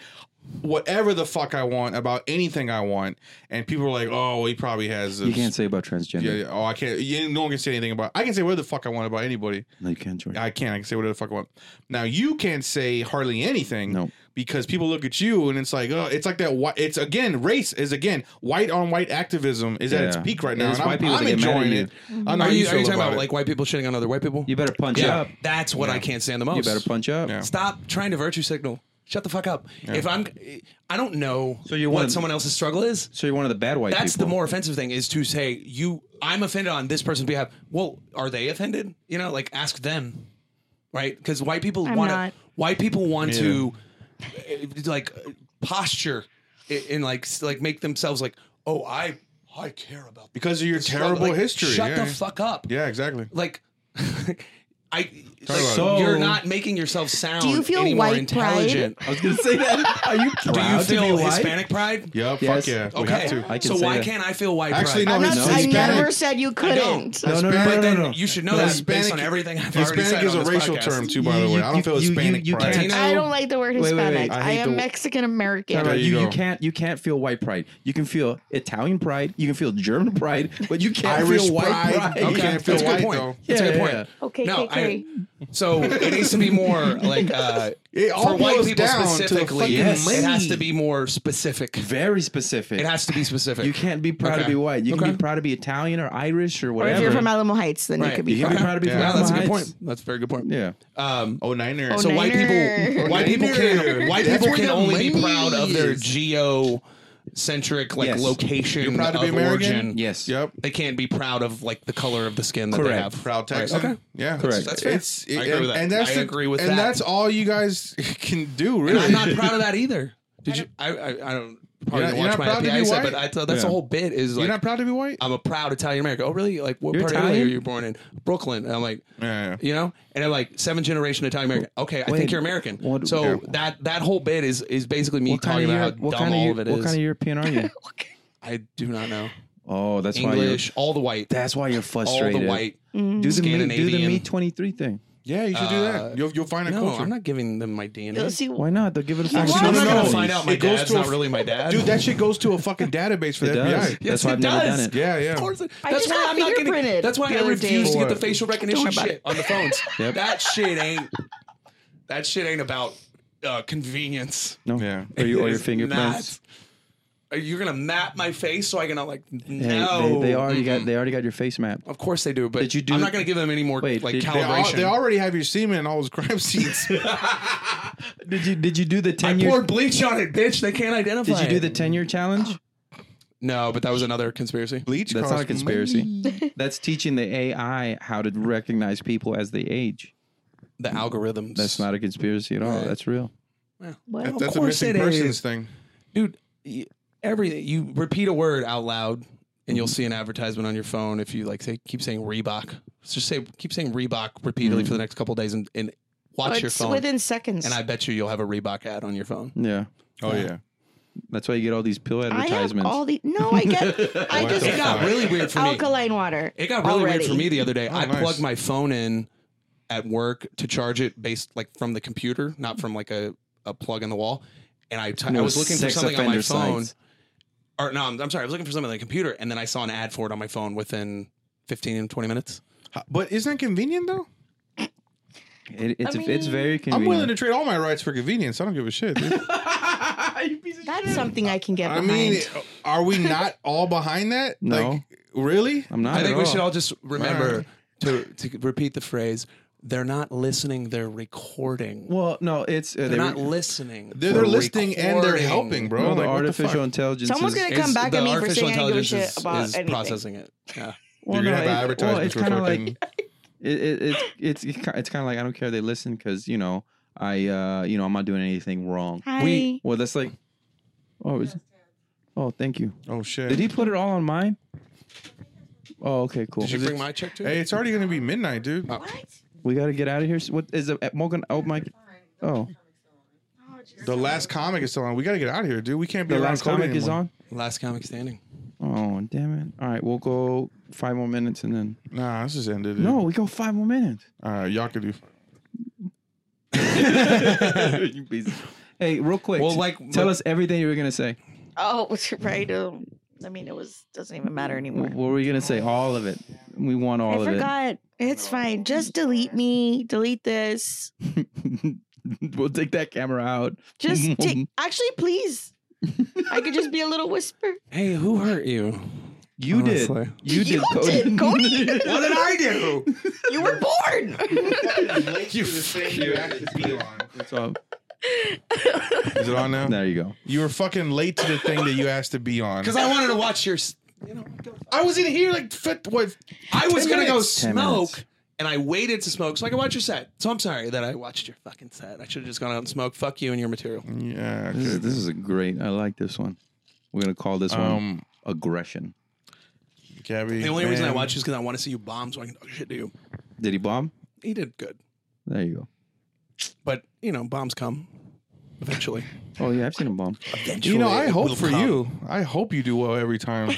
B: whatever the fuck I want about anything I want, and people are like, "Oh, he probably has." This.
A: You can't say about transgender.
B: Yeah, yeah, oh, I can't. You, no one can say anything about. I can say whatever the fuck I want about anybody.
A: No, you can't, George.
B: I can. I can say whatever the fuck I want. Now you can't say hardly anything.
A: No.
B: because people look at you and it's like, oh, it's like that. whi- It's again, race is again white on white activism is at its
A: Yeah.
B: peak right
A: Yeah,
B: now.
A: it's
B: And I'm,
A: white people
B: I'm
A: that get mad at
B: enjoying
A: you.
B: it. I'm
D: Mm-hmm. Are
B: not
D: you,
B: used
D: are you
B: to
D: talking
B: about
D: about
B: it.
D: like white people shitting on other white people?
A: You better punch
D: yeah,
A: up.
D: that's what I can't stand the most.
A: You better punch up.
B: Yeah.
D: Stop trying to virtue signal. Shut the fuck up. If I'm, I don't know
A: So you're one
D: what
A: of-
D: someone else's struggle is.
A: So you're one of the bad white
D: That's
A: people.
D: the more offensive thing is to say you. I'm offended on this person's behalf. Well, are they offended? You know, like ask them, right? Because white people
C: I'm
D: want
C: not.
D: to. White people want to, eh, like, eh, posture i- and like s- like make themselves like, oh, I I care about the
B: because of your
D: struggle."
B: terrible
D: Like,
B: history.
D: Shut
B: yeah.
D: the fuck up.
B: Yeah, exactly.
D: Like, I. Like,
B: about it.
A: So-
D: you're not making yourself sound.
C: Do you feel
D: any more
C: white pride?
D: intelligent?
A: I was gonna say that. Are you proud
D: Do you
A: to be
D: feel
A: white?
D: Hispanic pride?
B: Yep.
A: Yes.
B: Fuck yeah. We
D: Okay.
B: have to.
A: I can
D: so
A: say
D: why
A: that.
D: can't I feel white
B: Actually,
D: pride?
B: no.
C: I'm not,
B: his-
C: I
B: Hispanic-
C: never said you couldn't.
A: No, no, no, no,
D: But
A: no,
D: then
A: no.
D: you should know
A: No,
D: that based
B: Hispanic-
D: on everything I've already
B: Hispanic
D: said
B: is
D: on
B: a
D: this
B: racial
D: podcast.
B: term too, by the
A: You-
B: way. I
A: you-
B: don't feel
A: you- you-
B: Hispanic
A: you
B: pride.
A: can't-
C: I don't like the word
A: Wait, wait, wait.
C: Hispanic.
B: I
C: I,
B: hate
C: am
B: the-
C: Mexican American.
B: There
A: Right,
B: you
A: you, you
B: go.
A: can't you can't feel white pride. You can feel Italian pride. You can feel German pride, but you can't
B: Irish
A: feel white
B: pride.
A: pride.
B: You
D: Okay,
B: can't feel
D: that's a good
B: white,
D: point.
B: though.
D: That's a
A: Yeah,
D: good
A: yeah,
D: point.
C: Okay,
D: No,
C: KK.
D: I- so it needs to be more like uh,
B: It all
D: for white
B: boils
D: people
B: down to the
D: specifically.
B: fucking
A: Yes.
D: It has
A: money.
D: to be more specific.
A: Very specific.
D: It has to be specific.
A: you can't be proud to
D: Okay.
A: be white. You
D: Okay.
A: can be proud to be Italian or Irish or
C: or
A: whatever.
C: if you're from Alamo Heights, then
D: Right.
C: you could be.
A: You can
C: fine.
A: be proud to be
B: Yeah.
A: from
D: Yeah, that's
A: Alamo
D: a good
A: Heights.
D: point. That's a very good point.
A: Yeah.
D: Um,
B: Oh, niner.
C: Oh,
D: so white people,
C: Niner.
D: white people can, white
B: That's
D: people
B: where
D: can
B: the
D: only be
B: money
D: proud of their
B: is.
D: geocentric like
A: Yes.
D: location
B: You're proud to
D: of
B: be American?
D: origin.
A: Yes.
B: Yep.
D: They can't be proud of like the color of the skin that they
A: Correct.
D: have.
B: Proud
D: Right,
B: Texan.
D: Okay.
B: Yeah.
A: Correct.
D: That's fair.
B: It's,
D: I agree
B: and,
D: with that.
B: And that's
D: I
B: the-
D: agree with
B: and
D: that.
B: that's all you guys can do, really.
D: And I'm not proud of that either. Did you? I I, I don't. Probably
B: You're not- you're
D: didn't watch
B: not
D: my
B: proud to be
D: FBI set,
B: white?
D: but I thought that's the
A: Yeah.
D: whole bit is
B: You're
D: like Uh,
B: not proud to be white?
D: I'm a proud Italian American. Oh, really? Like what
A: You're
D: part of Italy
A: Italian?
D: are you born in? Brooklyn. And I'm like,
B: Yeah, yeah.
D: you know, and I'm like seventh generation Italian American. Okay, I think
A: Wait,
D: you're American.
A: what-
D: so
A: yeah.
D: that that whole bit is is basically me
A: What kind
D: talking
A: of
D: about
A: Europe-
D: how
A: what
D: dumb
A: kind of
D: all
A: Eu-
D: of it is.
A: what kind of European are you?
D: I do not know
A: oh, that's why you're
D: English. All the white.
A: that's why you're
D: all
A: frustrated.
D: the white.
A: Do the
B: Mm.
A: me, do the
D: Scandinavian.
A: me twenty three thing.
B: Yeah, you should do that. You'll, you'll find a
D: uh, No,
B: culture.
D: I'm not giving them my DNA.
C: You'll see.
A: Why not? They'll give it a
C: wants
A: fucking
C: to
D: I'm
C: No,
D: not
C: no,
D: gonna
C: no.
D: find out my
B: It goes
D: dad's
B: to a-
D: not really my dad.
B: Dude, that shit goes to a fucking database for
A: It
B: the
A: does.
B: FBI.
A: That's
D: Yes,
A: why
D: it
A: I've never
D: does.
A: done it.
B: Yeah, yeah.
D: Of course. That's
C: I just
D: why
C: got
D: I'm not getting.
C: fingerprinted
D: That's why
C: the
D: I
C: other
D: refuse
C: day.
D: to get the
B: What?
D: facial recognition
C: worry about
D: shit
C: it.
D: on the phones.
A: Yep.
D: That shit ain't. That shit ain't about uh, convenience.
A: No.
B: Yeah.
A: Or, you, or
D: It
A: your
D: is
A: fingerprints.
D: not. Are you gonna map my face so I can uh, like
A: Hey,
D: no?
A: they, they already got they already got your face mapped.
D: Of course they do, but
A: Did you do-
D: I'm not gonna give them any more
A: Wait,
D: like
A: did- they
B: They, al-
D: calibration.
B: they already have your semen in all those crime scenes.
A: Did you did you do the
D: I
A: ten year
D: poured bleach on it, bitch. They can't identify.
A: did you do
D: it.
A: the ten year challenge?
D: No, but that was another conspiracy.
B: Bleach
A: That's
B: costs
A: not a conspiracy. That's teaching the AI how to recognize people as they age.
D: The algorithms.
A: That's not a conspiracy at all.
D: Right.
A: That's real.
C: What?
B: That-
D: Of
B: that's a
D: course
B: missing
D: it
B: persons
D: is.
B: thing.
D: dude. y- Everything you repeat a word out loud, and you'll see an advertisement on your phone. If you like, say, keep saying Reebok. Just say, keep saying Reebok repeatedly
A: Mm.
D: for the next couple of days, and, and watch your
C: It's
D: phone.
C: within seconds.
D: and I bet you you'll have a Reebok ad on your phone.
A: Yeah.
B: Oh yeah.
A: That's why you get all these pill
C: I have
A: advertisements.
C: all the. No, I get. I
B: What
C: just
B: the
D: It got
C: got
B: fuck?
D: really weird for me.
C: alkaline water.
D: It got really
C: already.
D: weird for me the other
A: Oh,
D: day. I
B: nice.
D: plugged my phone in at work to charge it based like from the computer, not from like a, a plug in the wall. And I t- I
A: No
D: was looking for
A: sex
D: something on my
A: offender
D: phone.
A: sites.
D: Or no, I'm, I'm sorry. I was looking for something on the computer, and then I saw an ad for it on my phone within 15 and 20 minutes.
B: H- Uh, But isn't that convenient though?
A: It, it's
C: I
A: it's
C: mean-
A: very
B: I'm
A: convenient.
B: willing to trade all my rights for convenience. I don't give a shit. dude.
C: That's something I can get
B: I
C: behind.
B: mean, are we not all behind that?
A: No.
B: Like, really?
A: I'm not.
D: I
A: at
D: think we should
A: all.
D: all just remember
B: Right.
D: to, to repeat the phrase they're not listening, they're recording.
A: Well, no, it's uh,
D: They're
A: they-
D: not listening.
B: They're, they're listening and they're
D: recording.
B: helping, bro.
A: no,
B: Like,
A: the
B: what
A: artificial
B: fuck?
A: intelligence.
C: Someone's
A: is-
C: gonna come
D: Is-
C: back
D: the
C: at me for
D: artificial
C: saying I don't give a
D: intelligence
C: shit
D: is,
C: about
D: is
C: anything.
D: processing it. Yeah.
A: Well,
B: You're
A: no,
B: gonna have
A: it- well, it's
B: advertisements
A: kind of
B: for fucking.
A: like it, it, it, it's it's kind of like I don't care. They listen because you know I uh you know I'm not doing anything wrong.
C: Hi.
A: We well that's like oh is, oh thank you.
B: oh shit.
A: Did he put it all on mine? Oh okay cool.
D: Did you bring my check too?
B: Hey, it's already gonna be midnight, dude. Uh,
A: we got to get out of here. What is it? Morgan? Oh my. Oh,
B: The last comic is still on. We gotta get out of here, dude. We can't be
A: the
B: around
A: last
B: Cody
A: comic is
B: anymore.
A: on.
D: Last comic standing.
A: Oh damn it! All right, we'll go five more minutes and then
B: Nah, this is ended. Dude.
A: no, we go five more minutes.
B: All right, y'all can do.
A: Hey, real quick.
D: Well, like-
A: tell us everything you were gonna say.
C: Oh, right. Um, I mean, it was doesn't even matter anymore.
A: What were we gonna say? All of it. We want all
C: I
A: of
C: forgot. It's fine. Just delete me. Delete this.
A: it. we'll take that camera out.
C: Just take, actually, please. I could just be a little whisper.
D: Hey, who hurt you?
A: You did.
D: Honestly.
A: You did.
C: You did, Cody.
D: What did I do?
C: You were born.
F: you the thing you have to be on.
A: It's all-
B: Is it on now?
A: there you go.
B: You were fucking late to the thing that you asked to be on.
D: Because I wanted to watch your. s-
B: I was in here like fit, what?
D: I was gonna go
A: minutes. Ten minutes.
D: smoke, and I waited to smoke so I could watch your set. So I'm sorry that I watched your fucking set. I should have just gone out and smoked. Fuck you and your material.
B: Yeah.
A: This is, this is a great. I like this one. We're gonna call this one
B: Um,
A: aggression.
B: Gabby.
D: The only reason I
B: man.
D: watched is because I want to see you bomb so I can talk shit to you.
A: Did he bomb?
D: He did good,
A: There you
D: but you know bombs come eventually.
A: go. Oh yeah, I've seen him bomb.
D: eventually
B: You know, I
D: it will
B: hope for
D: come.
B: you. I hope you do well every time.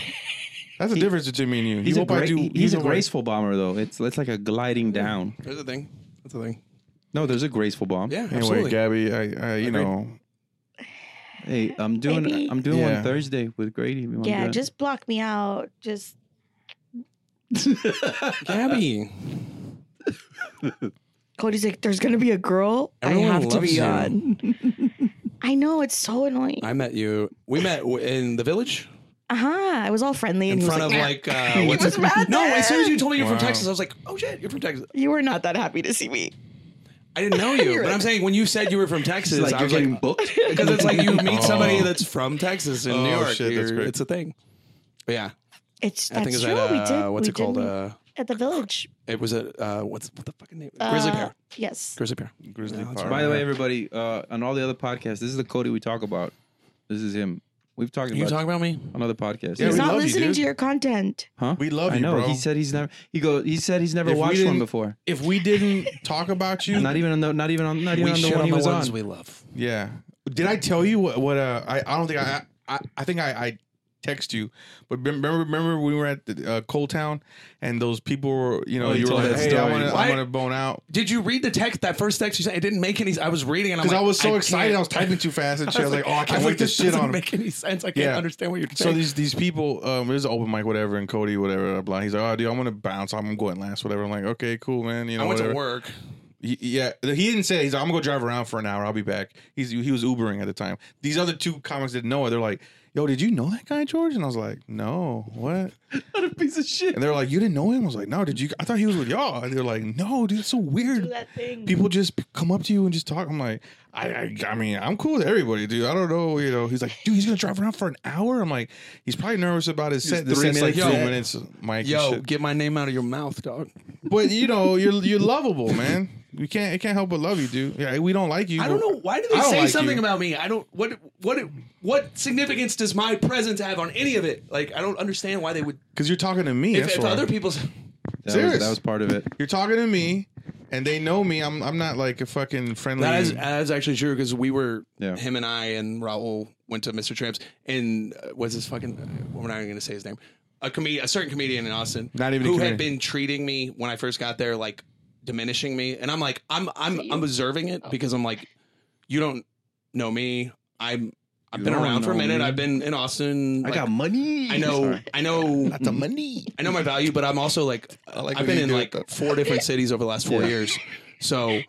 B: That's the difference between me and you. You
A: He's a
B: hope I
A: great,
B: do-
A: he-
B: you
A: he's a
B: hope I-
A: graceful bomber though. It's it's like a gliding down.
D: There's a thing. That's a thing.
A: No, there's a graceful bomb.
D: Yeah,
B: Anyway,
D: absolutely.
B: Gabby, I, I you know,
A: Hey, I'm doing
C: Maybe.
A: I'm doing
B: Yeah.
A: one Thursday with Grady. if you wanna
C: yeah,
A: do it.
C: just block me out. Just
D: Gabby.
C: Cody's like, there's gonna be a girl.
D: Everyone
C: I have to
D: loves
C: be
D: you.
C: on. I know it's so annoying.
D: I met you. We met w- in the village
C: Uh huh. I was all friendly and
D: in
C: he was
D: front
C: "Nah."
D: of like uh, what's
C: was
D: his
C: right
D: No,
C: there.
D: as soon as you told me you're
B: Wow.
D: from Texas, I was like, oh shit, you're from Texas.
C: You were not that happy to see me.
D: I didn't know you,
C: You're
D: but I'm
C: right.
D: saying when you said you were from Texas,
A: like
D: I
A: you're
D: was
A: getting
D: like,
A: booked.
D: because it's like you meet somebody
B: Oh.
D: that's from Texas in New
B: Oh,
D: York.
B: shit, that's
D: you're-
B: great.
D: It's a thing. But yeah,
C: It's
D: I
C: that's
D: think it's
C: true.
D: at
C: we
D: uh,
C: did.
D: what's
C: we
D: it called?
C: did meet
D: Uh,
C: at the village.
D: it was at uh, what's what the fucking name? Grizzly
C: Uh,
D: Bear.
C: Yes.
D: Grizzly Bear.
B: Grizzly
D: No, it's-
B: Park.
A: By the way, everybody, uh, on all the other podcasts, this is the Cody we talk about. This is him. We've talked
D: You
A: about
D: talking about me?
A: on other podcasts.
B: Yeah,
C: He's
B: we
C: not
B: love you,
C: listening
B: dude.
C: to your content.
A: huh?
B: we love
A: I
B: you,
A: know.
B: bro.
A: He said he's never. He go. He said he's never
B: If we
A: watched one
B: didn't-
A: before.
B: if we didn't talk about you,
A: Not e- even on the. Not even on. Not even
D: We
A: on the
D: shit
A: one
D: on
A: he
D: the
A: was
D: ones
A: on.
D: we love.
B: yeah. Did I tell you what? What? Uh, I, I don't think I, I, I think I, I text you, but rem- remember, remember we were at the, uh, Coal Town and those people were, you know,
A: Oh, you
B: you were
A: told
B: like,
A: that
B: hey,
A: story.
B: I want to,
D: Why-
B: I want to bone out
D: Did you read the text? That first text you sent, it didn't make any. I was reading and I'm
B: because
D: like,
B: I was so excited, I
D: can't-
B: was typing too fast and shit. I was like, oh, I
D: I
B: can't
D: was
B: wait
D: like,
B: to
D: this
B: shit
D: doesn't
B: on him.
D: make any sense. I can't
B: Yeah.
D: understand what you're
B: So
D: saying.
B: these these people, um, there's an open mic, whatever, and Cody, whatever, blah. He's like, oh, dude, I'm gonna bounce. I'm going last, whatever. I'm like, okay, cool, man. You know,
D: I went
B: whatever.
D: to work.
B: Y- Yeah, he didn't say. He's like, I'm gonna go drive around for an hour. I'll be back. He's he was Ubering at the time. These other two comics didn't know it. They're like, Yo, did you know that guy George? And I was like, No, what?
A: What a piece of shit.
B: And they're like, You didn't know him? I was like, No, did you? I thought he was with y'all. And they're like, No, dude, it's so weird.
C: that thing.
B: People just p- come up to you and just talk. I'm like, I, I, I mean, I'm cool with everybody, dude. I don't know, you know. He's like, dude, he's gonna drive around for an hour. I'm like, he's probably nervous about his set. The
A: three
B: set's like
A: minutes
B: three
A: in.
B: minutes, Mike. and
D: Yo,
B: shit.
D: get my name out of your mouth, dog.
B: but you know, you're you're lovable, man. We can't, it can't help but love you, dude. Yeah, we don't like you.
D: I
B: but-
D: don't know why
B: I
D: do they
B: don't
D: say
B: like
D: something
B: you.
D: about me? I don't what what what significance does my presence have on any of it? Like I don't understand why they would
B: Because you're talking to me.
D: if,
B: that's
D: if
B: why.
D: other people
A: That was,
B: Serious.
A: that was part of it.
B: you're talking to me, and they know me. I'm I'm not like a fucking friendly.
D: That is that's actually true because we were
A: Yeah.
D: him and I and Raul went to Mr. Tramps and uh, was this fucking uh, we're not even gonna say his name a comedian a certain comedian in Austin
B: Not even a
D: who had
B: comedian.
D: been treating me when I first got there like diminishing me and I'm like I'm I'm I'm observing it because I'm like you don't know me I'm I've
A: You
D: been
A: don't
D: around for a
A: know
D: minute
A: me.
D: I've been in Austin like,
A: money.
D: I know I know
B: the money.
D: I know my value but I'm also like
B: I like
D: I've
B: when
D: been
B: you
D: in
B: do
D: like
B: it, though.
D: four different cities over the last four
A: Yeah.
D: years. So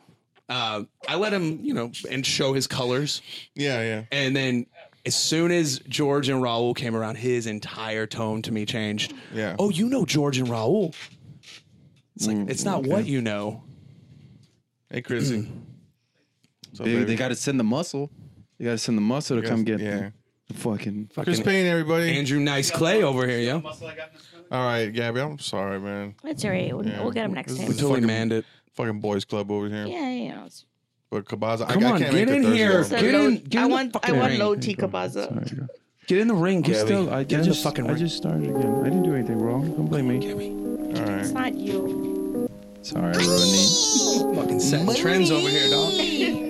D: uh, I let him, you know, and show his colors.
B: Yeah, yeah.
D: And then as soon as George and Raul came around, his entire tone to me changed.
B: Yeah.
D: Oh, you know George and Raul. It's like it's not what you know.
B: Hey, Chrissy. So,
A: They, got to send the muscle. They got to send the muscle to come get
B: Yeah.
A: the fucking.
B: Chris Payne, everybody.
D: Andrew Nice Clay over here, yo.
F: Muscle I got in this corner?
B: All right, Gabby. I'm sorry, man.
C: That's all right. We'll, we'll get him next
B: This
C: time.
D: We
B: is-
D: totally
B: fucking-
D: manned it.
B: Fucking boys club over here.
C: Yeah, yeah.
B: But Kabaza,
D: Come
B: I,
D: on,
B: I can't
D: get
B: make the
D: in
B: Thursday
D: here.
B: one.
D: Get in- get in
C: I
D: the
C: want I
D: fucking
C: want
D: ring.
C: low T Kabaza.
D: Get in the ring, Gabby.
A: Still, I, I
D: Get in
A: just,
D: the fucking
A: I
D: ring.
A: just started again. I didn't do anything wrong. Don't blame me.
D: Gabby.
B: All
C: It's
B: right.
C: not you.
A: Sorry, I ruined it.
D: Fucking setting trends over here, dog.